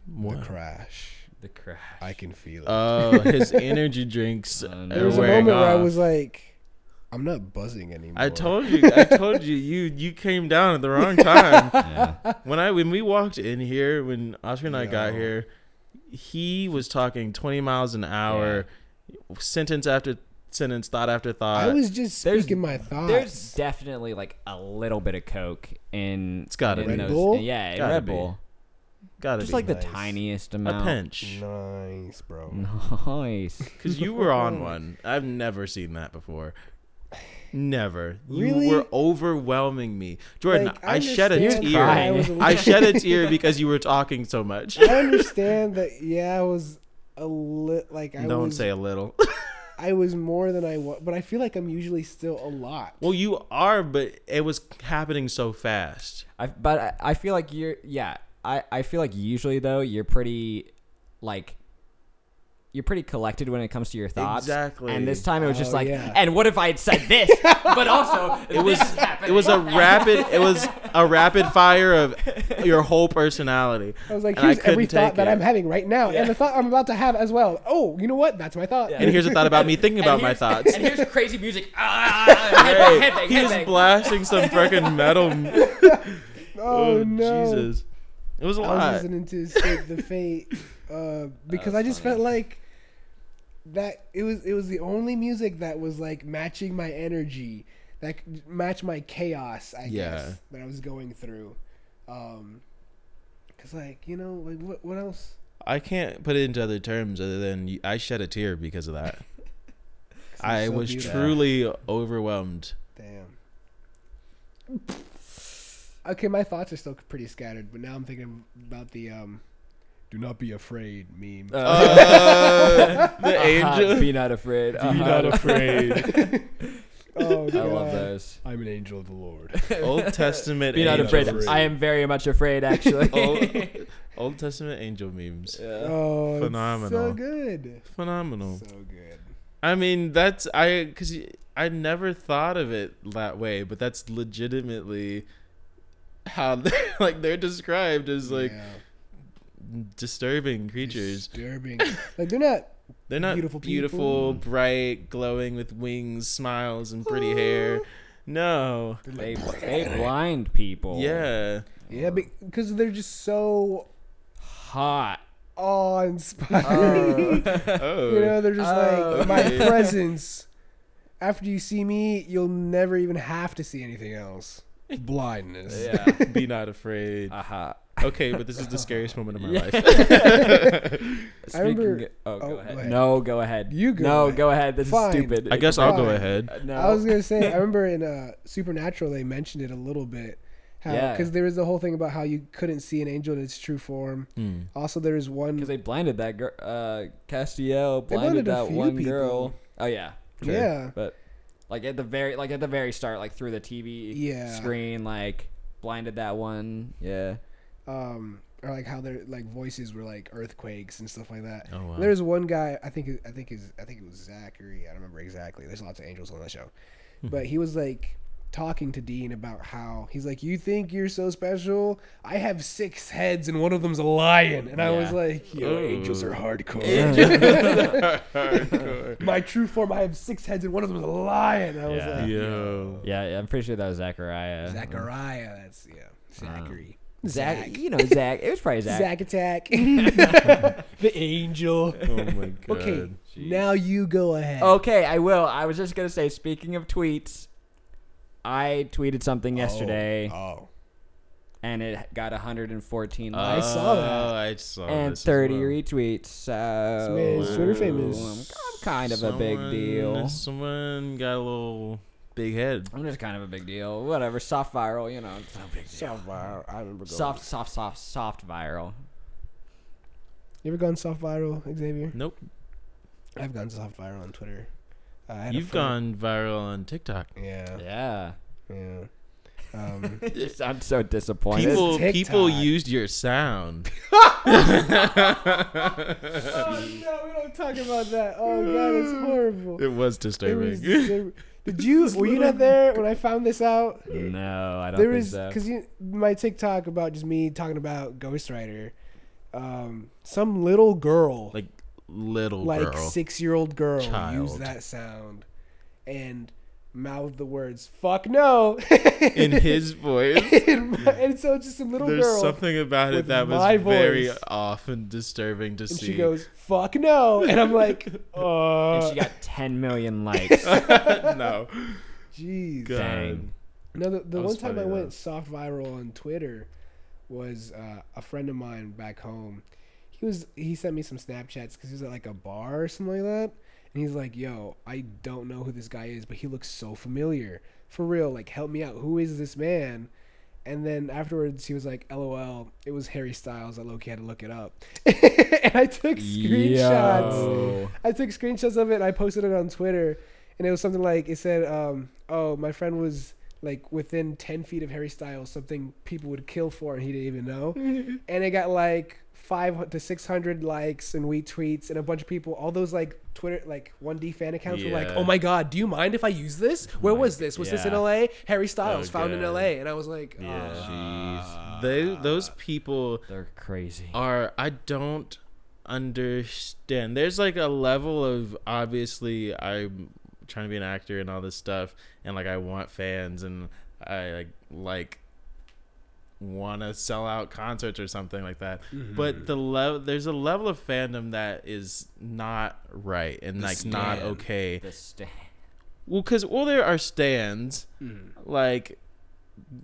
The What? crash. the crash. I can feel it." Oh, his energy drinks Oh, no. there are was a wearing moment where I off. was like, "I'm not buzzing anymore." I told you, I told you, you you came down at the wrong time. Yeah. when I when we walked in here, when Oscar and I got No. here, he was talking twenty miles an hour, sentence after sentence, thought after I thought. was just there's- speaking my thoughts. There's definitely like a little bit of coke in. It's gotta in be. Red Bull? Yeah, in Gotta Red be. Bull. Gotta Just be like nice. the tiniest a amount. pinch, nice, bro. Mm-hmm. Nice. because you were on one. I've never seen that before. Never. You Really? were overwhelming me, Jordan. Like, I, shed a understand tear. that I was a I little- shed a tear because you were talking so much. I understand that. Yeah, I was a lit. Like I Don't was. say a little. I was more than I was, but I feel like I'm usually still a lot. Well, you are, but it was happening so fast. I, but I, I feel like you're yeah I, I feel like usually though you're pretty like you're pretty collected when it comes to your thoughts Exactly. and this time it was just Oh, like yeah. and what if i had said this but also It was it was a rapid it was a rapid fire of your whole personality. I was like, And I here's every couldn't take thought that it. I'm having right now, and the thought I'm about to have as well. Oh, you know what? That's my thought. Yeah. And here's a thought about me thinking about my here's- thoughts. and here's crazy music ah, headbang, Hey, headbang, he was headbang. blasting some freaking metal. m- oh, no! Jesus, it was a I was lot. listening to Escape the Fate uh, because I just funny. felt like that it was it was the only music that was like matching my energy, that c- matched my chaos. I Yeah. guess that I was going through. Um, Cause like you know like what what else? I can't put it into other terms other than you- I shed a tear because of that. 'Cause I'm I so was beautiful. truly overwhelmed. Damn. Okay, my thoughts are still pretty scattered, but now I'm thinking about the um, "Do not be afraid" meme. Uh, Uh, the uh-huh, angel. be not afraid uh-huh. afraid. oh god, i love those I'm an angel of the Lord. Old Testament. be not angels. afraid. afraid. i am very much afraid actually Old, Old Testament angel memes. Oh, it's Phenomenal. so good, Phenomenal. so good. I mean, that's I because I never thought of it that way, but that's legitimately how they're, like they're described as like Yeah. disturbing creatures. disturbing. like they're not. They're not beautiful, Beautiful beautiful, bright, glowing with wings, smiles, and pretty hair. No. they, they blind people Yeah. Yeah, because they're just so hot awe-inspiring. Oh. You know, they're just like my okay. presence. After you see me, you'll never even have to see anything else. Blindness. yeah Be not afraid. uh-huh Okay, but this is the scariest moment of my Yeah. life. I Speaking remember- oh, go oh, ahead. go ahead. No, go ahead. You go No, ahead. go ahead. This Fine. is stupid. I guess I'll go Fine. ahead. Uh, No. I was gonna say, I remember in uh, Supernatural they mentioned it a little bit, how Yeah. because there was the whole thing about how you couldn't see an angel in its true form. Hmm. Also, there is one, because they blinded that girl. Uh, Castiel blinded blinded a that few one people. girl. Oh yeah, sure. yeah, but like at the very like at the very start, like through the TV Yeah. screen, like blinded that one. Yeah. um, or like how their like voices were like earthquakes and stuff like that. Oh, wow. There's one guy, I think, I Hmm. think is, I think it was Zachary. I don't remember exactly. There's lots of angels on that show, but he was like, talking to Dean about how he's like, "You think you're so special? I have six heads, and one of them's a lion." And I was Yeah. like, "Yo, Ooh. angels are hardcore. My true form, I have six heads, and one of them's a lion." And I was Yeah. like, Yo. Yeah, I'm pretty sure that was Zachariah. Zachariah, that's yeah, Zachary, Zach, you know Zach. It was probably Zach. Zach Attack, the angel. Oh my god. Okay, now you go ahead. Oh, Okay, I will. I was just gonna say. Speaking of tweets, I tweeted something yesterday, Oh, and it got 114 I likes saw that. Oh, I saw and this as 30 well. retweets. So This man's Twitter famous. I'm, I'm kind of a big deal. Someone got a little big head. I'm just kind of a big deal. Whatever, soft viral, you know. it's not a big deal. soft viral. I remember going. Soft, soft, soft, soft viral. You ever gone soft viral, Xavier? Nope. I've gone soft viral on Twitter. Uh, I had a You've friend- gone viral on TikTok. Yeah. Yeah. Yeah. Um, you sound so disappointed. People, TikTok. people used your sound. Oh, no, we don't talk about that. Oh god, it's horrible. It was There was- disturbing. there- did you? Were you not there when I found this out? No, I don't There think was so. because my TikTok about just me talking about Ghostwriter. Um, some little girl, like little like girl. six year old girl, used Child. that sound, and mouthed the words "fuck no" In his voice, and, and so it's just a little there's girl, something about with it that my was very voice. off and disturbing to and see. she goes "fuck no," and I'm like, and "Oh, she got 10 million likes. no, jeez." God. Dang. No, the, the That one was time funny, I though. went soft viral on Twitter was uh, a friend of mine back home. He was he sent me some Snapchats because he was at like a bar or something like that, and he's like, "Yo, I don't know who this guy is, but he looks so familiar. For real, like help me out. Who is this man?" And then afterwards, he was like, "LOL, it was Harry Styles. I low-key had to look it up." and I took screenshots. Yo. I took screenshots of it and I posted it on Twitter, and it was something like it said, um, "Oh, my friend was like within ten feet of Harry Styles, something people would kill for, and he didn't even know." and it got like five to six hundred likes and retweets, and a bunch of people, all those like Twitter like one D fan accounts were like, Yeah. "Oh my God, do you mind if I use this? Where was this? Was this in yeah. L.A.? Harry Styles Oh, found in God. L.A." And I was like, Yeah. "Ah." They, those people They're crazy. are I don't understand. There's like a level of obviously I'm trying to be an actor and all this stuff and like I want fans and I like like want to sell out concerts or something like that. But the level there's a level of fandom that is not right and like not stan. okay. The sta- Well, because well, there are stands. Like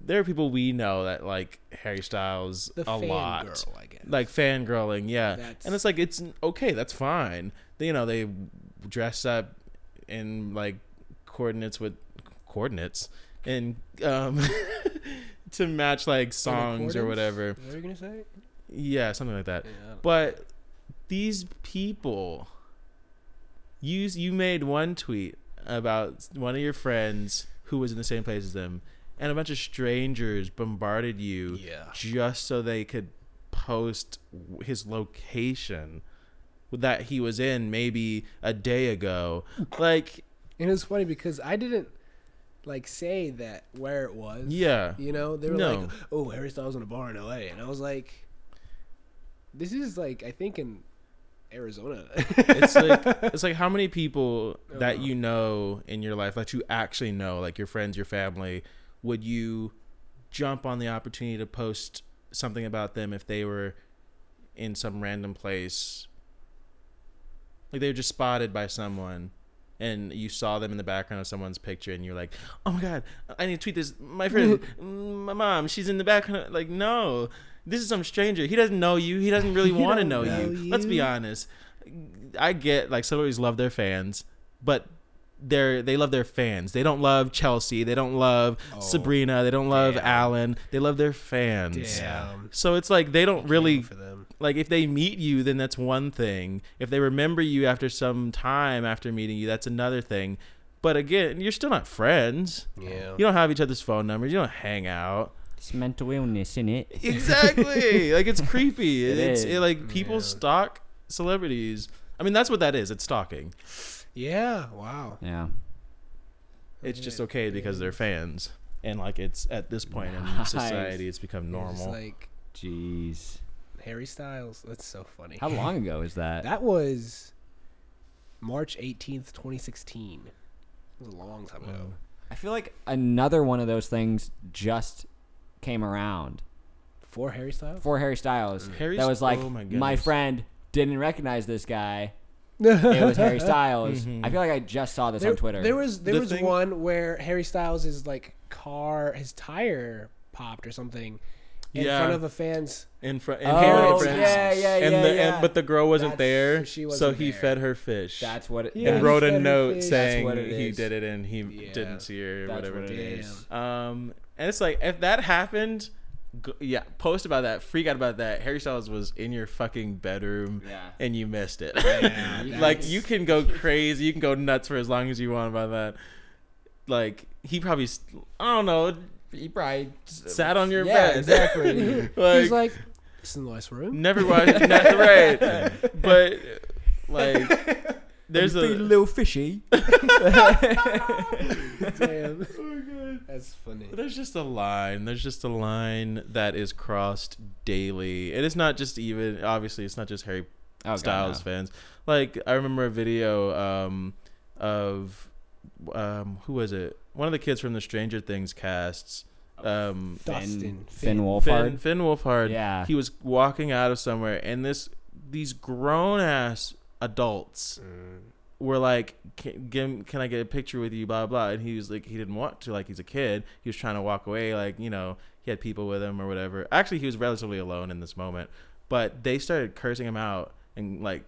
there are people we know that like Harry Styles The a fan lot, girl, I guess. like fangirling, yeah. That's- And it's like it's okay, that's fine. They, you know, they dress up in like coordinates with coordinates and um to match like songs or Accordance? whatever. Is that what you're gonna say? Yeah, something like that. Yeah, I don't- But these people, you you made one tweet about one of your friends who was in the same place as them, and a bunch of strangers bombarded you Yeah. just so they could post w- his location that he was in maybe a day ago. Like, And it was funny because I didn't like say that where it was. yeah, You know, they were No. like, "Oh, Harry Styles in a bar in L.A.," and I was like, "This is like I think in Arizona." it's like it's like how many people that Uh-huh. you know in your life that you actually know, like your friends, your family, would you jump on the opportunity to post something about them if they were in some random place? Like they were just spotted by someone and you saw them in the background of someone's picture and you're like, "Oh my god, I need to tweet this. My friend, my mom, she's in the background." Like, "No. This is some stranger. He doesn't know you. He doesn't really He want to don't know, know you. Let's be you. honest. I get like celebrities love their fans, but they're they love their fans. They don't love Chelsea. They don't love Sabrina. They don't love Alan. They love their fans. Damn. So it's like they don't really for them. like if they meet you, then that's one thing. If they remember you after some time after meeting you, that's another thing. But again, you're still not friends. Yeah. You don't have each other's phone numbers. You don't hang out. it's mental illness in it. Exactly. like it's creepy. It it's is. It, like people Yeah. stalk celebrities. I mean, that's what that is. It's stalking. Yeah. Wow. Yeah. It's just okay because they're fans, and like it's at this point in Nice. society, it's become It's just normal. like Jeez. Harry Styles. That's so funny. How long ago is that? That was March 18th, 2016. It was a long time ago. I feel like another one of those things just came around For Harry Styles? for Harry Styles. Harry that St- was like oh my my, goodness." friend didn't recognize this guy. It was Harry Styles. Mm-hmm. I feel like I just saw this there, on Twitter. There was there The was thing- one where Harry Styles is like car his tire popped or something in Yeah. front of a fan's in front, Oh, Harry yeah, yeah, and yeah, the, yeah. And, but the girl wasn't That's- there, she so wasn't he there. fed her fish. That's what it Yeah. and that's- he wrote fed a her note fish. That's saying what it he is. did it and he Yeah. didn't see her or That's whatever. what damn. it is. Um, and it's like if that happened, go, yeah, post about that, freak out about that. Harry Styles was in your fucking bedroom, Yeah. and you missed it. Yeah, like that's- you can go crazy, you can go nuts for as long as you want about that. Like he probably, s- I don't know, he probably sat on your yeah, bed. exactly. He like, was like, It's in the last room. never watched that right, but like there's Pretty a little fishy. Oh, Damn. That's funny. There's just a line. There's just a line that is crossed daily. And it's not just even obviously it's not just Harry Oh, God, Styles no. fans. Like I remember a video um of um who was it? One of the kids from the Stranger Things casts. Oh, Um Dustin. Finn, Finn Finn, Wolfhard. Finn Wolfhard. Yeah. He was walking out of somewhere and this these grown ass adults were like, can, give, "Can I get a picture with you?" Blah blah. And he was like, he didn't want to. Like he's a kid. He was trying to walk away. Like you know, he had people with him or whatever. Actually, he was relatively alone in this moment. But they started cursing him out and like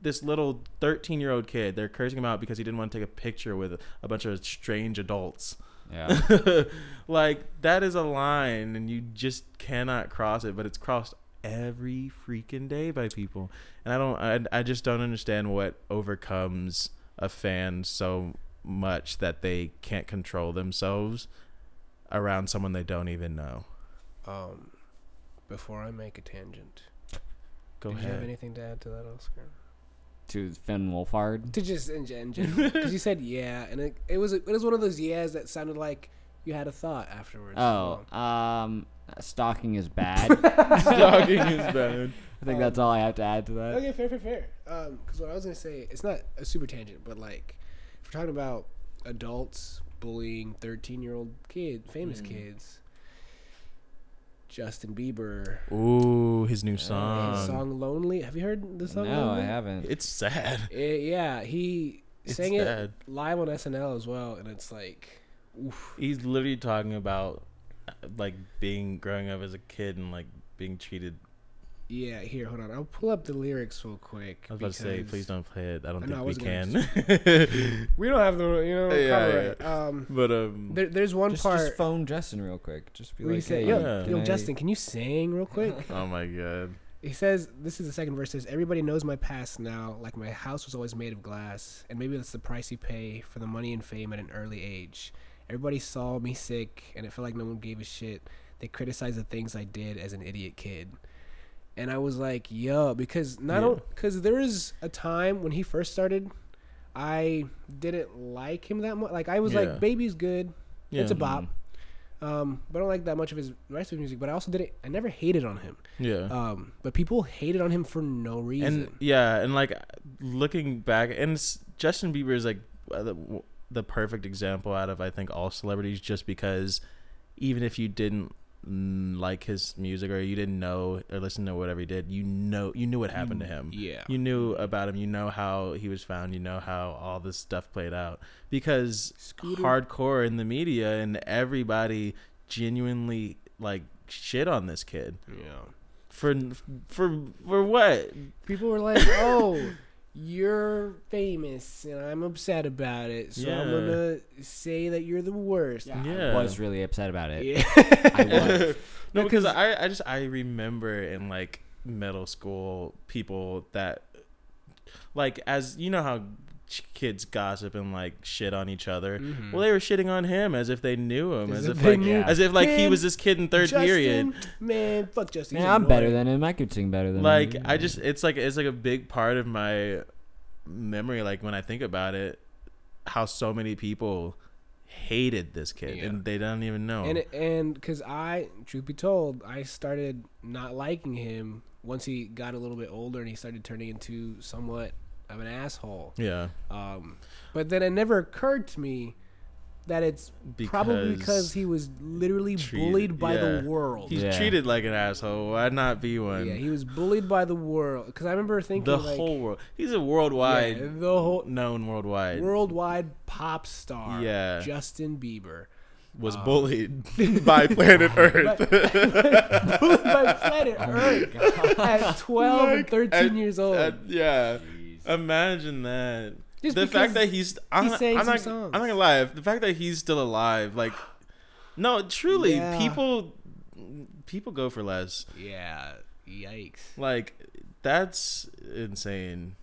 this little 13 year old kid. They're cursing him out because he didn't want to take a picture with a bunch of strange adults. Yeah. like that is a line, and you just cannot cross it. But it's crossed every freaking day by people, and I don't. I, I just don't understand what overcomes a fan so much that they can't control themselves around someone they don't even know. Um before I make a tangent. Go did you have ahead. anything to add to that Oscar? to Finn Wolfhard. To just in, gen- in general, because you said yeah, and it, it was it was one of those yeahs that sounded like you had a thought afterwards. Oh, um, stalking is bad. I Stalking is bad. think that's all I have to add to that. Okay, fair, fair, fair. Because Um, what I was gonna say, it's not a super tangent, but like, if we're talking about adults bullying thirteen-year-old kid, Hmm. famous kids, Justin Bieber, Ooh, his Uh, new his song. song "Lonely." Have you heard the song? No, I Lonely? haven't. It's sad. It- yeah, he It's sang it sad. live on SNL as well, and it's like, oof. He's literally talking about uh, like being growing up as a kid and like being treated Yeah, here, hold on. I'll pull up the lyrics real quick. I was about to say, Oh, because please don't play it. I don't I think know, I we wasn't gonna can. We don't have the you know Yeah, copyright. Um, but um, there, there's one Just, part just phone Justin real quick. Just be where you like, say, hey, "Yo, yeah. yo, can I- Justin, can you sing real quick?" oh my god, He says, "This is the second verse. Says everybody knows my past now. Like my house was always made of glass, and maybe that's the price you pay for the money and fame at an early age. Everybody saw me sick, and it felt like no one gave a shit. They criticized the things I did as an idiot kid." And I was like, "Yo," because not Yeah. only because there was a time when he first started, I didn't like him that much. Like I was Yeah. like, "Baby's good. It's a Yeah. bop." Um, but I don't like that much of his rest of his music. But I also didn't. I never hated on him. yeah, Um, but people hated on him for no reason. and yeah, and like looking back, and it's, Justin Bieber is like uh, the, the perfect example out of I think all celebrities, just because even if you didn't mm, like his music or you didn't know or listen to whatever he did, you know you knew what happened to him. Mm, yeah. you knew about him. You know how he was found. You know how all this stuff played out because Scooter. hardcore in the media and everybody genuinely like shit on this kid yeah. for for for what? People were like, "Oh, you're famous, and I'm upset about it, so I'm Yeah. gonna say that you're the worst." Yeah, Yeah. I was really upset about it. Yeah. I was. No, because I I just I remember in like middle school people that like as you know how ch- kids gossip and like shit on each other. Well, they were shitting on him as if they knew him, as, if, Mm. they like knew- yeah. as if like he Man, was this kid in third Justin, period. Man, fuck Justin. Man, he's I'm better annoying. than him. I could sing better than like him. i just it's like it's like a big part of my memory like when i think about it how so many people hated this kid, Yeah. and they don't even know. And him. it- and because I, truth be told, I started not liking him once he got a little bit older and he started turning into somewhat of an asshole. yeah, Um, but then it never occurred to me that it's probably because Because- he was literally Treated- bullied by yeah. the world. he's Yeah. treated like an asshole. Why not be one? yeah, he was bullied by the world. Because I remember thinking the like, whole world. He's a yeah, worldwide, the whole known worldwide. worldwide pop star, Yeah. Justin Bieber. was Ah. bullied by planet Earth. bullied by planet Earth at 12 and Oh Like, 13 at- years old. at- yeah. Imagine that. Just the fact because that he's I'm, sang I'm some not songs. I'm not gonna lie. The fact that he's still alive, like, no, truly, Yeah. people people go for less. yeah, yikes. Like, that's insane.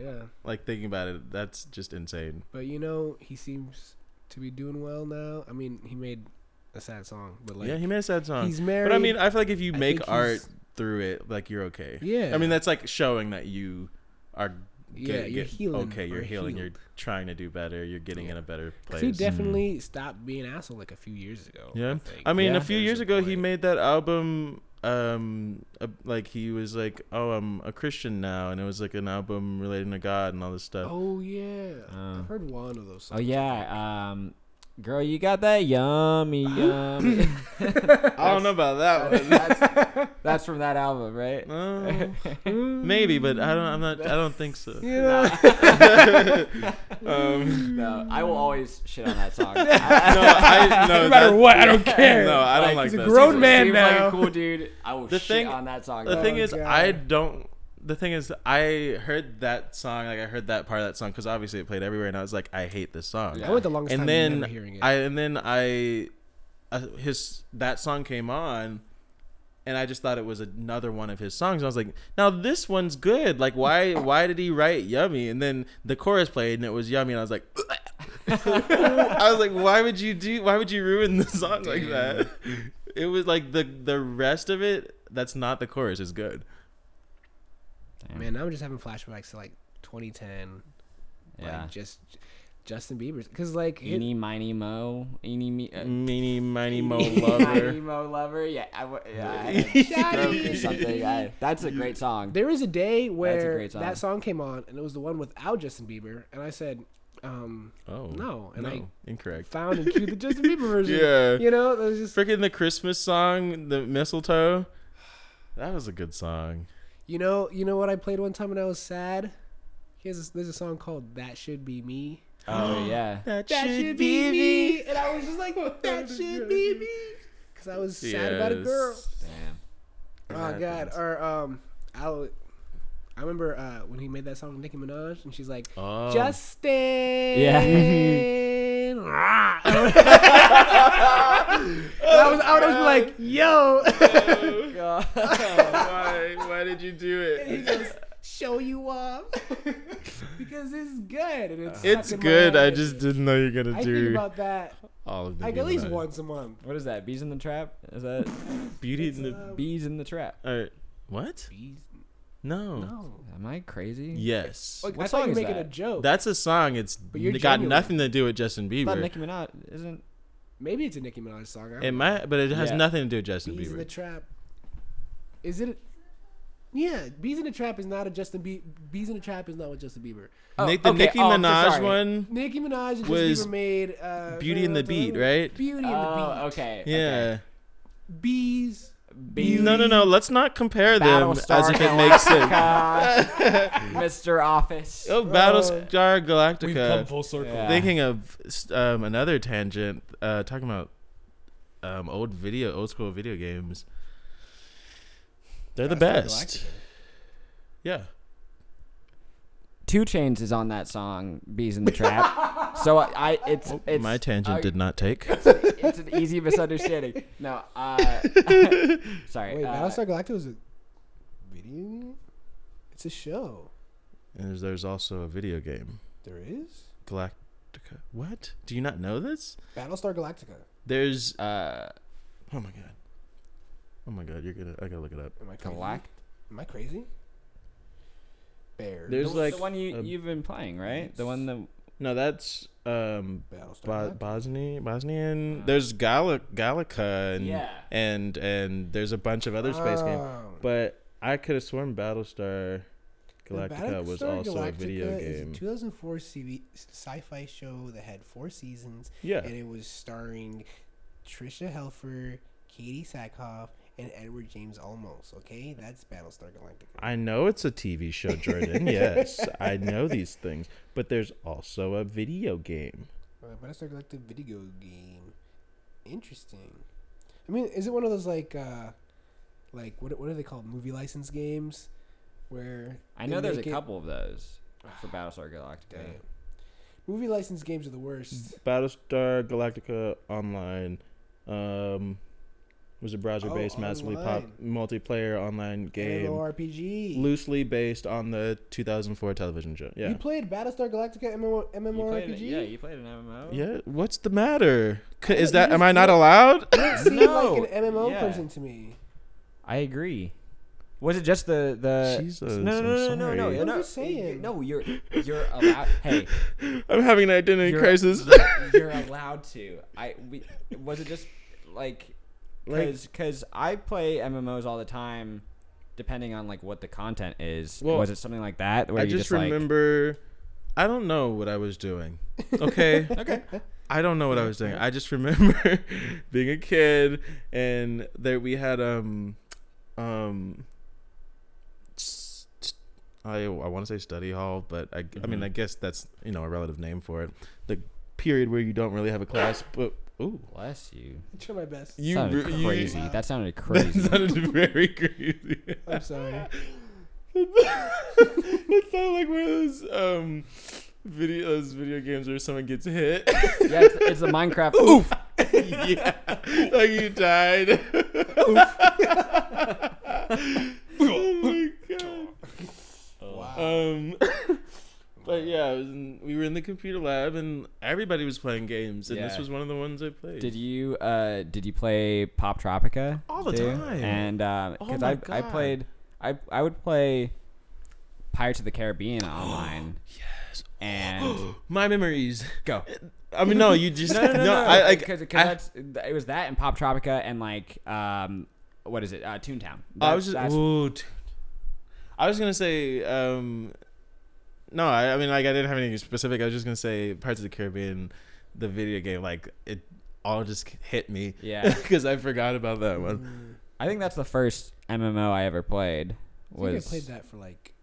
Yeah, Like thinking about it, that's just insane. but you know, he seems to be doing well now. I mean, he made a sad song, but like, yeah, he made a sad song. he's married. But I mean, I feel like if you I make think art he's- through it, like you're okay. Yeah. I mean, that's like showing that you are. Yeah, you're healing Okay, or you're healing. You're healed. trying to do better. You're getting in a better 'Cause place. he definitely stopped being an asshole like a few years ago. yeah. I, think. I mean, Yeah. a few There's years a ago, he point. made that album. Um, uh, like he was like, "Oh, I'm a Christian now," and it was like an album relating to God and all this stuff. Oh yeah, uh, Oh. I've heard one of those. Oh Songs. yeah, um, girl, you got that yummy, yummy. I don't know about that one. that's, that's from that album, right? No. maybe, but I don't. I'm not. I don't think so. Yeah. Um, No, I will always shit on that song. no, I no. no matter that- what, I don't care. No, I don't like, he's a that. grown song. man. Seems now. like a cool dude. I will The shit thing- on that song. The though. thing is, God. I don't. The thing is, I heard that song. Like I heard that part of that song because obviously it played everywhere, and I was like, I hate this song. I went the longest And time then never hearing it. I and then I, uh, his that song came on, and I just thought it was another one of his songs. I was like, now this one's good. Like why why did he write Yummy? And then the chorus played and it was Yummy, and I was like. I was like, why would you do? Why would you ruin the song like that? It was like the the rest of it. That's not the chorus. Is good. Man, now I'm just having flashbacks to like 2010. Yeah. Like just Justin Bieber's. Because, like, it- Eeny, miny, mo. Eeny, me. Uh, Meeny miny mo eeny, miny, lover. mo, lover. Yeah, I, w- yeah, I had a stroke or something. I, that's a great song. there was a day where great song. that song came on, and it was the one without Justin Bieber. And I said, um, Oh No, and I- incorrect. found and cued the Justin Bieber version. Yeah. You know, that was just, Freaking the Christmas song, the mistletoe. That was a good song. you know, you know what I played one time when I was sad? Here's a, there's a song called That Should Be Me. Oh yeah. That, And I was just like, That Should Be Me. Because I was sad about a girl. Damn. Oh God! Or um, I will I remember uh, when he made that song with Nicki Minaj, and she's like, Oh. Justin. Ah. I was, I would always be like, Yo, Oh, why, why did you do he it? goes, show you up because it's good and it's. It's stuck in my good. I head. just didn't know you're gonna I think do about that all of the like at least once a month. What is that? Bees in the trap? Is that Beauty in the. bees in the trap? All right. What? No. No. Am I crazy? Yes. Like, What I thought you song were is making a that? joke. That's a song. It's you're got genuine. nothing to do with Justin I thought Bieber. Nicki Minaj isn't. Maybe it's a Nicki Minaj song. I don't It might, but it has Yeah. nothing to do with Justin Bees Bieber. in the Trap. Is it? Yeah, Bees in the Trap is not a Justin Bieber. Bees in the Trap is not with Justin Bieber. Nick, the okay. Nicki Oh, I'm so Minaj sorry. one. Nicki Minaj and Was Justin Bieber made uh, Beauty and the Beat, right? Beauty and the Beat. Oh, okay. okay. Yeah. Bees. No, no, no. Let's not compare them as Battlestar if it makes sense. Galactica, Mr. Office. Oh, Battlestar Galactica. full circle. Yeah. Thinking of s- um, another tangent, uh, talking about um, old video, old school video games. They're the best. Yeah. Two Chains is on that song "Bees in the Trap," so I, I it's it's Oh, My tangent uh, did not take. It's an easy misunderstanding. No, uh, sorry. Wait, uh, Battlestar Galactica was a video. game? It's a show. And there's- there's also a video game, There is Galactica. What? Do you not know this? Battlestar Galactica. There's. uh, Oh my god. Oh my god. You're gonna. I gotta look it up. Am I crazy? Galact. Am I crazy? Bear. There's the, like the one you a- you've been playing, right? The one that No, that's um, Battlestar Bo- Galactica. Bosnia, Uh. Bosnian. There's Gal- Gallica and Yeah. and and there's a bunch of other space games. Um, But I could have sworn Battlestar the Galactica was Battlestar also a video Galactica is game. 2004 CV, sci-fi show that had four seasons, yeah, and it was starring Trisha Helfer, Katie Sackhoff, and Edward James Olmos. Okay, that's Battlestar Galactica. I know it's a TV show, Jordan. yes, I know these things. But there's also a video game. Uh, Battlestar Galactica video game. Interesting. I mean, is it one of those like, uh, like what what are they called? Movie license games, where I they know there's a make it- couple of those for Battlestar Galactica. Damn. Movie license games are the worst. Battlestar Galactica Online um, was a browser-based, Oh, massively pop multiplayer online game. MMORPG. loosely based on the 2004 television show. Yeah. You played Battlestar Galactica MMO, You played MMORPG? an- yeah, you played an MMO. yeah. What's the matter? C- Is Yeah, that you am I not just- allowed? Seemed No. like an MMO Yeah. person to me. I agree. Was it just the the? Jesus, no, no, I'm no, no, no, sorry. no, What no, are you saying? No, you're you're allowed. hey, I'm having an identity You're- crisis. you're, you're allowed to. I we, was it just like Like- because because I play MMOs all the time, depending on like what the content is. Well, was it something like that? Where I you just, just, Like, remember I don't know what I was doing. Okay. okay. I don't know what I was doing. I just remember being a kid and there we had um um s- s- I I want to say study hall, but I I Mm-hmm. mean I guess that's, you know, a relative name for it. The period where you don't really have a class, but ooh. Bless you. I try my best. You sounded re- you- crazy. that sounded That crazy. sounded very crazy. I'm sorry. Mm. it sounded like one of those um video those video games where someone gets hit. yeah, it's, it's the Minecraft. Oof. yeah, like you died. oh my god. Wow. Um, but yeah, it was in, we were in the computer lab and everybody was playing games, and this Yeah. was one of the ones I played. Did you uh did you play Pop Tropica? All the too? time. And um Oh 'cause my I I God. played I I would play Pirates of the Caribbean online. yes. And My memories. go. I mean, no, you just No, no, no, no. I like cause, 'cause I- that's it was that and Pop Tropica and like um what is it? Uh, Toontown. Oh, I was just That's- ooh, dude. I was gonna say um, no, I, I mean like I didn't have anything specific. I was just gonna say Pirates of the Caribbean, the video game, like it all just hit me yeah. because I forgot about that one. I think that's the first MMO I ever played. I think I Was played that for like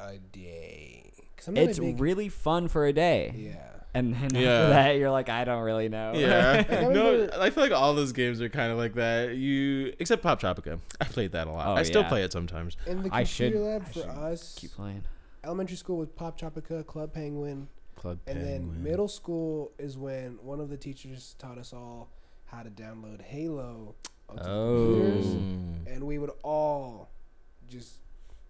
a day. 'Cause I'm not a it's big- really fun for a day. Yeah. And then Yeah. after that you're like, I don't really know. Yeah, no, remember- I feel like all those games are kind of like that. You except Pop Tropica, I played that a lot. Oh, I still yeah. play it sometimes. And the computer I should- lab I for should us, Keep playing. elementary school with Pop Tropica, Club Penguin, Club and Penguin. then middle school is when one of the teachers taught us all how to download Halo onto Oh. the computers, Mm. and we would all just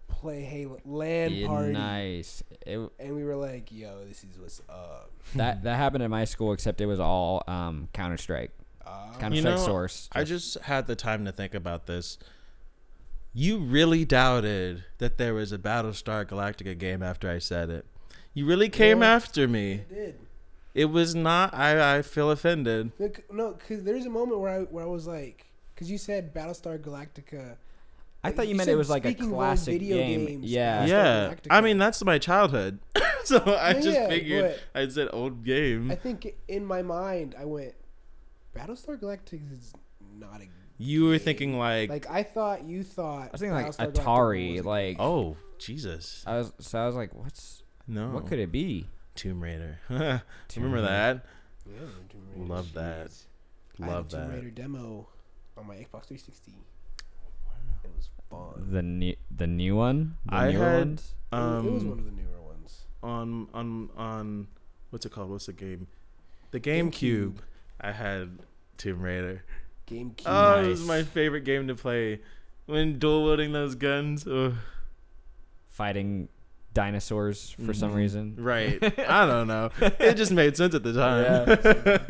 play Halo LAN Yeah, party, Nice. It, and we were like, "Yo, this is what's up." that that happened at my school, except it was all um, Counter Strike, Uh, Counter You Strike know, Source. I just had the time to think about this. You really doubted that there was a Battlestar Galactica game after I said it. You really came Yeah. after me. it did. It was not. I, I feel offended. No, c- No, because there's a moment where I where I was like, because you said Battlestar Galactica. I thought you, meant said it was like a speaking of old classic video game. games, yeah. Battlestar yeah, Galactica. I mean that's my childhood, so I Yeah, just yeah, figured I said old Mm. game. I think in my mind I went, Battlestar Galactica is not a. you were game." thinking like, Like I thought you thought. I was thinking like Battlestar Galactica was Atari, a- like oh uh, Jesus, I was. So I was like, what's no, what could it be? Tomb Raider? Oh. Remember Raider. that? Yeah, Tomb Raider. Love that. I had a Love Tomb that. Raider demo on my Xbox 360. It was fun. The new the new one. The I newer had- ones? It was- it was Um, one of the newer ones. on on on what's it called? What's the game? The GameCube. I had Tomb Raider. GameCube. Oh, it was Nice. my favorite game to play. When dual wielding those guns, ugh. fighting dinosaurs for Mm-hmm. some reason. Right. I don't know. It just made sense at the time.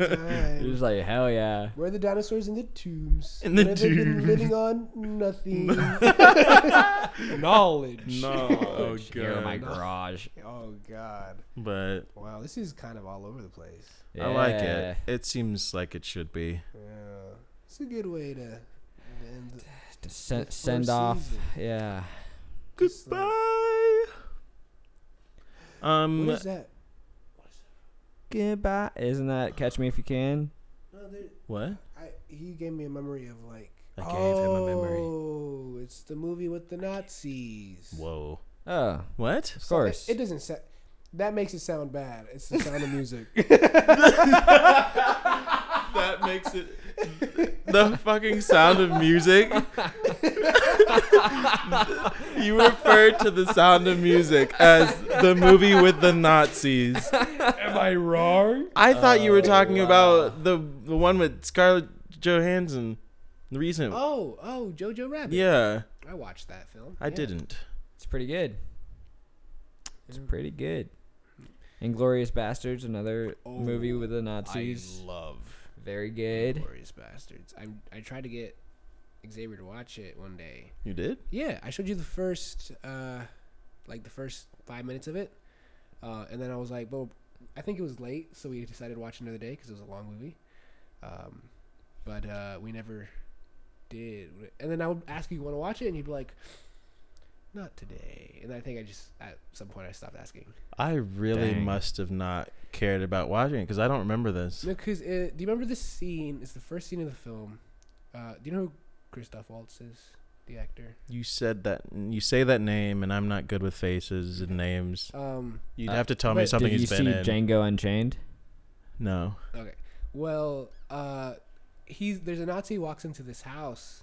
Time. It was like hell yeah. Where are the dinosaurs in the tombs? In the What have they been tombs. living on nothing. Knowledge. No. Oh Here in my god. garage. Oh God! But Wow, this is kind of all over the place. I like Yeah. it. It seems like it should be. Yeah, it's a good way to end. the- To sen- The first send off. season. Yeah. Just like- Goodbye. Um. What is that? Goodbye. Isn't that Catch Me If You Can? No, there, what? I, he gave me a memory of like. I gave him a memory. Oh, it's the movie with the Nazis. Whoa. Oh, What? of So it- course. It, doesn't sound. That makes it sound bad. It's the sound of music. That makes it the fucking sound of music. you referred to the sound of music as the movie with the Nazis. Am I wrong? I thought you were talking about the the one with Scarlett Johansson, the recent. Oh, oh, Jojo Rabbit. yeah, I watched that film. I Yeah. didn't. It's pretty good. It's pretty good. Inglorious Bastards, another movie with the Nazis. I love Very good. Glorious Bastards. I'm, I tried to get Xavier to watch it one day. You did? Yeah, I showed you the first, uh, like the first five minutes of it, uh, and then I was like, "Well, I think it was late, so we decided to watch another day because it was a long movie." Um, but uh, we never did. And then I would ask you, "You want to watch it?" And you'd be like, "Not today." And I think I just at some point I stopped asking. I really Dang. must have not cared about watching it because I don't remember this. No, because do you remember this scene? It's the first scene of the film. Uh, do you know who Christoph Waltz is? The actor. You said that you say that name, and I'm not good with faces and names. Um, You'd Uh, have to tell me wait, something Did you he's see been in. Django Unchained? no. Okay. Well, uh, he's there's a Nazi walks into this house,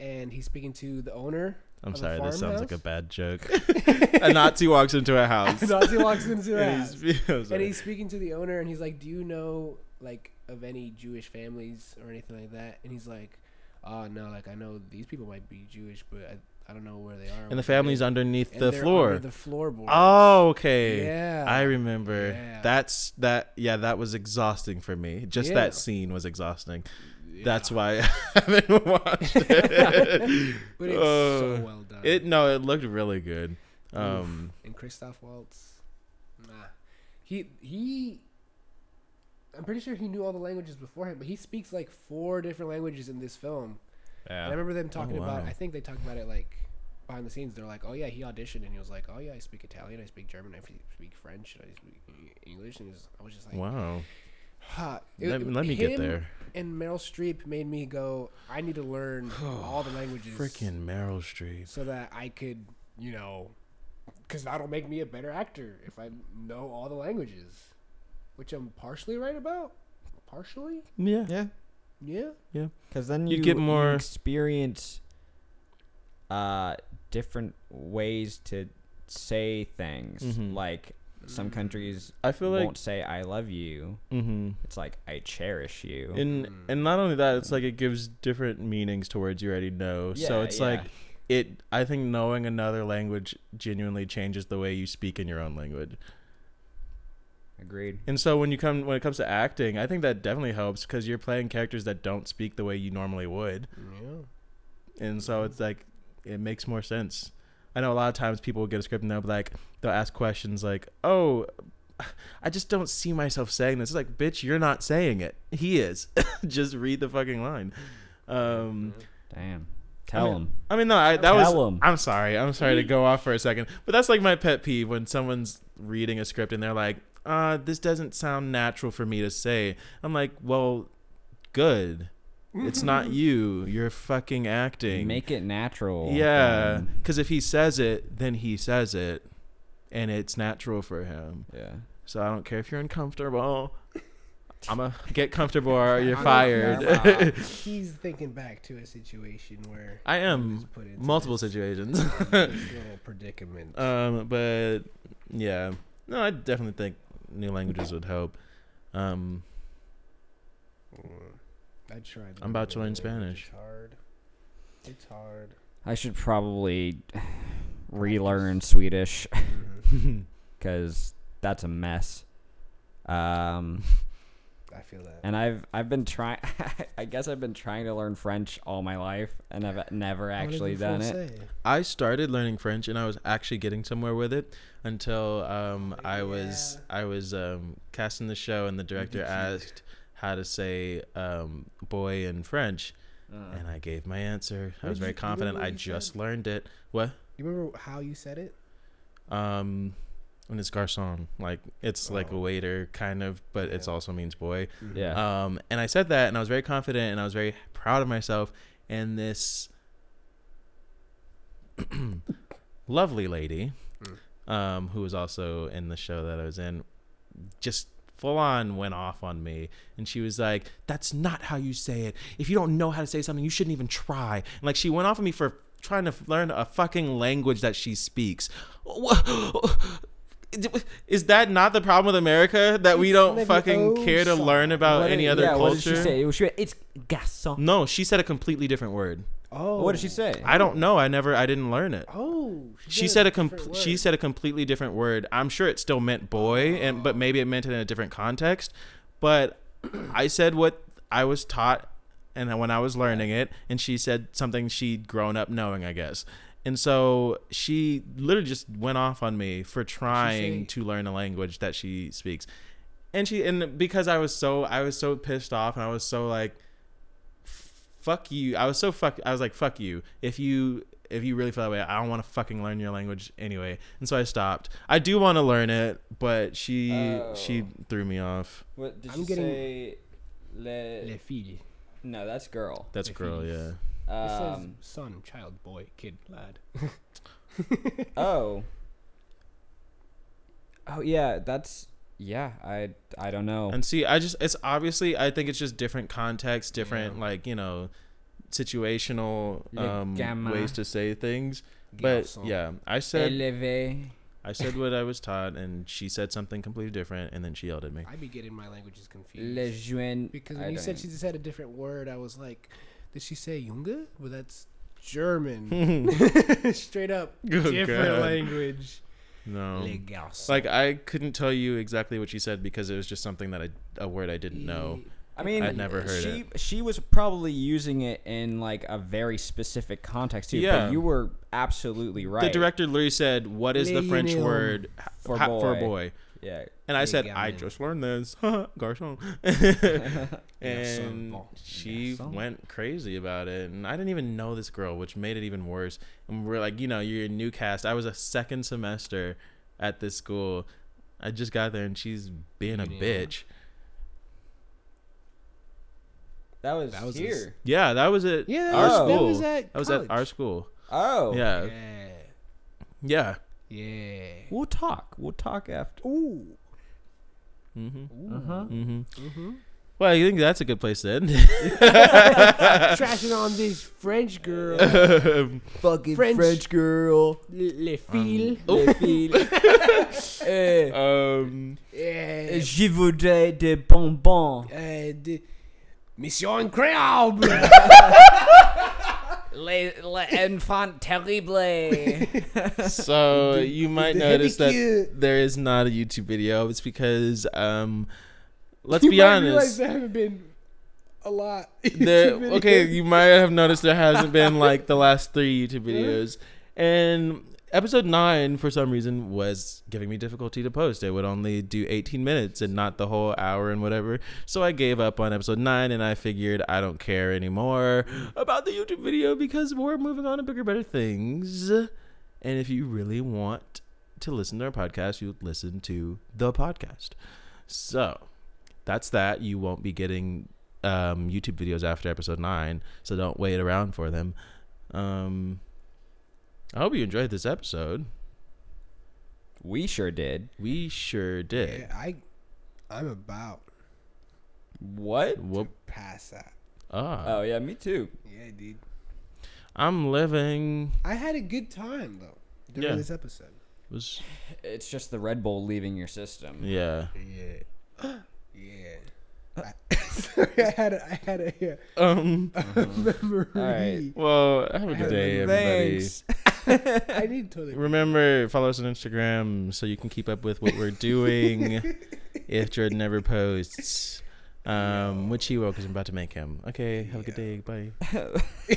and he's speaking to the owner. I'm Of a sorry. This sounds like a farmhouse? bad joke. a Nazi walks into a house. The Nazi walks into the and, house, he's, I'm and sorry. he's speaking to the owner, and he's like, "Do you know like of any Jewish families or anything like that?" And he's like, "Oh no, like I know these people might be Jewish, but I, I don't know where they are." And the family's underneath the floor. the floorboard. oh, okay. yeah. I remember. Yeah. That's that. Yeah, that was exhausting for me. Just Yeah. that scene was exhausting. Yeah. That's why I haven't watched it. But it's so uh, well done. it no, it looked really good. Um, and Christoph Waltz. Nah, he he. I'm pretty sure he knew all the languages beforehand, but he speaks like four different languages in this film. And I Yeah. remember them talking about. Oh, wow. I think they talked about it like behind the scenes. They're like, "Oh yeah, he auditioned," and he was like, "Oh yeah, I speak Italian, I speak German, I speak French, and I speak E-, English." And he was- I was just like, wow. "Ha!" It- Let, it- let me get him there. And Meryl Streep made me go. I need to learn all the languages, Freaking Meryl Streep. so that I could, you know, because that'll make me a better actor if I know all the languages, which I'm partially right about. Partially, Yeah. Yeah. yeah. Because then you, You'd get you more- experience uh, different ways to say things. Mhm. Like some countries I feel like. won't say "I love you." Mm-hmm. It's like "I cherish you." and and not only that it's like it gives different meanings to words you already know so Hmm. Yeah, it's yeah. like it i think knowing another language genuinely changes the way you speak in your own language Agreed. and so when you come when it comes to acting i think that definitely helps because you're playing characters that don't speak the way you normally would Yeah. and Hmm. so it's like it makes more sense i know a lot of times people will get a script and they'll be like they'll ask questions like oh i just don't see myself saying this it's like bitch you're not saying it he is just read the fucking line Hmm. um Damn. Tell mean, him. I mean, no, I, that Tell was. 'em. I'm sorry. I'm sorry to go off for a second, but that's like my pet peeve when someone's reading a script and they're like, "Uh, this doesn't sound natural for me to say." I'm like, "Well, good. It's not you. You're fucking acting. Make it natural. yeah. then. Because if he says it, then he says it, and it's natural for him. Yeah. So I don't care if you're uncomfortable. I'm gonna get comfortable or you're I'm fired. He's thinking back to a situation where I he was am put into multiple this- situations. this little predicament. Um, but yeah, no, I definitely think new languages would help. Um, Mm. I tried. I'm about to learning learn a language. Spanish. It's hard. It's hard. I should probably relearn Swedish. Mhm. Mm-hmm. because that's a mess. Um, I feel that. and I've I've been trying. I guess I've been trying to learn French all my life, and I've never actually done it. I started learning French and I was actually getting somewhere with it until um, I was I was um, casting the show and the director asked how to say um, boy in French Uh, and I gave my answer. I Uh-huh. What was did very you- you remember confident. what I you just said? learned it. What? You remember how you said it? Um and it's garçon. Like it's like a Oh. waiter kind of, but it's Yeah. also means boy. Yeah. Um, and I said that, and I was very confident, and I was very proud of myself. And this lovely lady, um, who was also in the show that I was in, just full on went off on me. And she was like, "That's not how you say it. If you don't know how to say something, you shouldn't even try." And like she went off on me for trying to f- learn a fucking language that she speaks. Wha- Is that not the problem with America that we It's don't living fucking oh care to so- learn about What any did- other yeah, culture? What did she say? She went, it's garçon. No, she said a completely different word. Oh. What did she say? I don't know. I never. I didn't learn it. Oh. She said a comp- she said a completely different word. I'm sure it still meant boy, and but maybe it meant it in a different context. But I said what I was taught, and when I was learning it, and she said something she'd grown up knowing, I guess. And so she literally just went off on me for trying say? to learn a language that she speaks, and she and because I was so I was so pissed off, and I was so like fuck you. I was so fuck. I was like, fuck you. If you if you really feel that way, I don't want to fucking learn your language anyway. And so I stopped. I do want to learn it, but she Oh. she threw me off. What did I'm she getting- say? Le fille. no, that's girl. Um, That's a If girl, he's- yeah. It says son, child, boy, kid, lad. oh. Oh yeah, that's yeah. I I don't know. And see, I just it's obviously I think it's just different context, different like you know, situational Le um, gamma. ways to say things. But Garçon. yeah, I said I said what I was taught, and she said something completely different, and then she yelled at me. I be getting my languages confused. le jeune. because I when you don't said she even- said a different word, I was like, did she say Junge? Well, that's German. Straight up. different Oh, God. language. No. Le garçon. Like I couldn't tell you exactly what she said because it was just something that I a word I didn't know. I mean, I'd never heard she she was probably using it in like a very specific context too. Yeah. But you were absolutely right. The director literally said, "What is the French Millennium. word h- For ha- for boy. boy?" Yeah. And I said, Millennium. "I just learned this, garçon." and Garçon. she Garçon. went crazy about it, and I didn't even know this girl, which made it even worse. And we're like, you know, you're a new cast. I was a second semester at this school. I just got there, and she's being a Millennium. bitch. That was, That was here. his- Yeah, that was at Yeah, that our was- that school. was at That was at our college. school. oh. Yeah, Yeah. yeah. Yeah. We'll talk. We'll talk after. Ooh. Mm-hmm. Uh huh. Mm-hmm. Mm-hmm. Well, I think that's a good place to end. Trashing on this French girl. Um, Fucking French- girl. Le, le fille. oh. Les filles. Eh, um, Yeah. Je voudrais des bonbons. Uh, the Mission Incroyable. Les, les enfants terribles. so The- you might the notice that heavy- there is not a YouTube video. It's because, um, let's You be might realize honest. there haven't been a lot. There, YouTube okay, videos. you might have noticed there hasn't been like the last three YouTube videos, and episode nine for some reason was giving me difficulty to post. It would only do 18 minutes and not the whole hour and whatever. So I gave up on episode nine, and I figured I don't care anymore about the YouTube video because we're moving on to bigger, better things. And if you really want to listen to our podcast, you listen to the podcast. So that's that. You won't be getting um, YouTube videos after episode nine, so don't wait around for them. Um, I hope you enjoyed this episode. we sure did. We sure did. Yeah, I, I'm about What? Whoop. past that. Ah, Oh yeah, me too. Yeah, dude. I'm living. I had a good time though during Yeah. this episode. Was It's just the Red Bull leaving your system. yeah. Yeah. yeah. I, sorry, I had a, I had a, uh, yeah, Um. memory. All right. Well, have a good day, everybody. Thanks. I need toilet paper. Remember, follow us on Instagram so you can keep up with what we're doing. if Jordan ever posts, um, which he will because I'm about to make him. Okay, have a good day. Bye.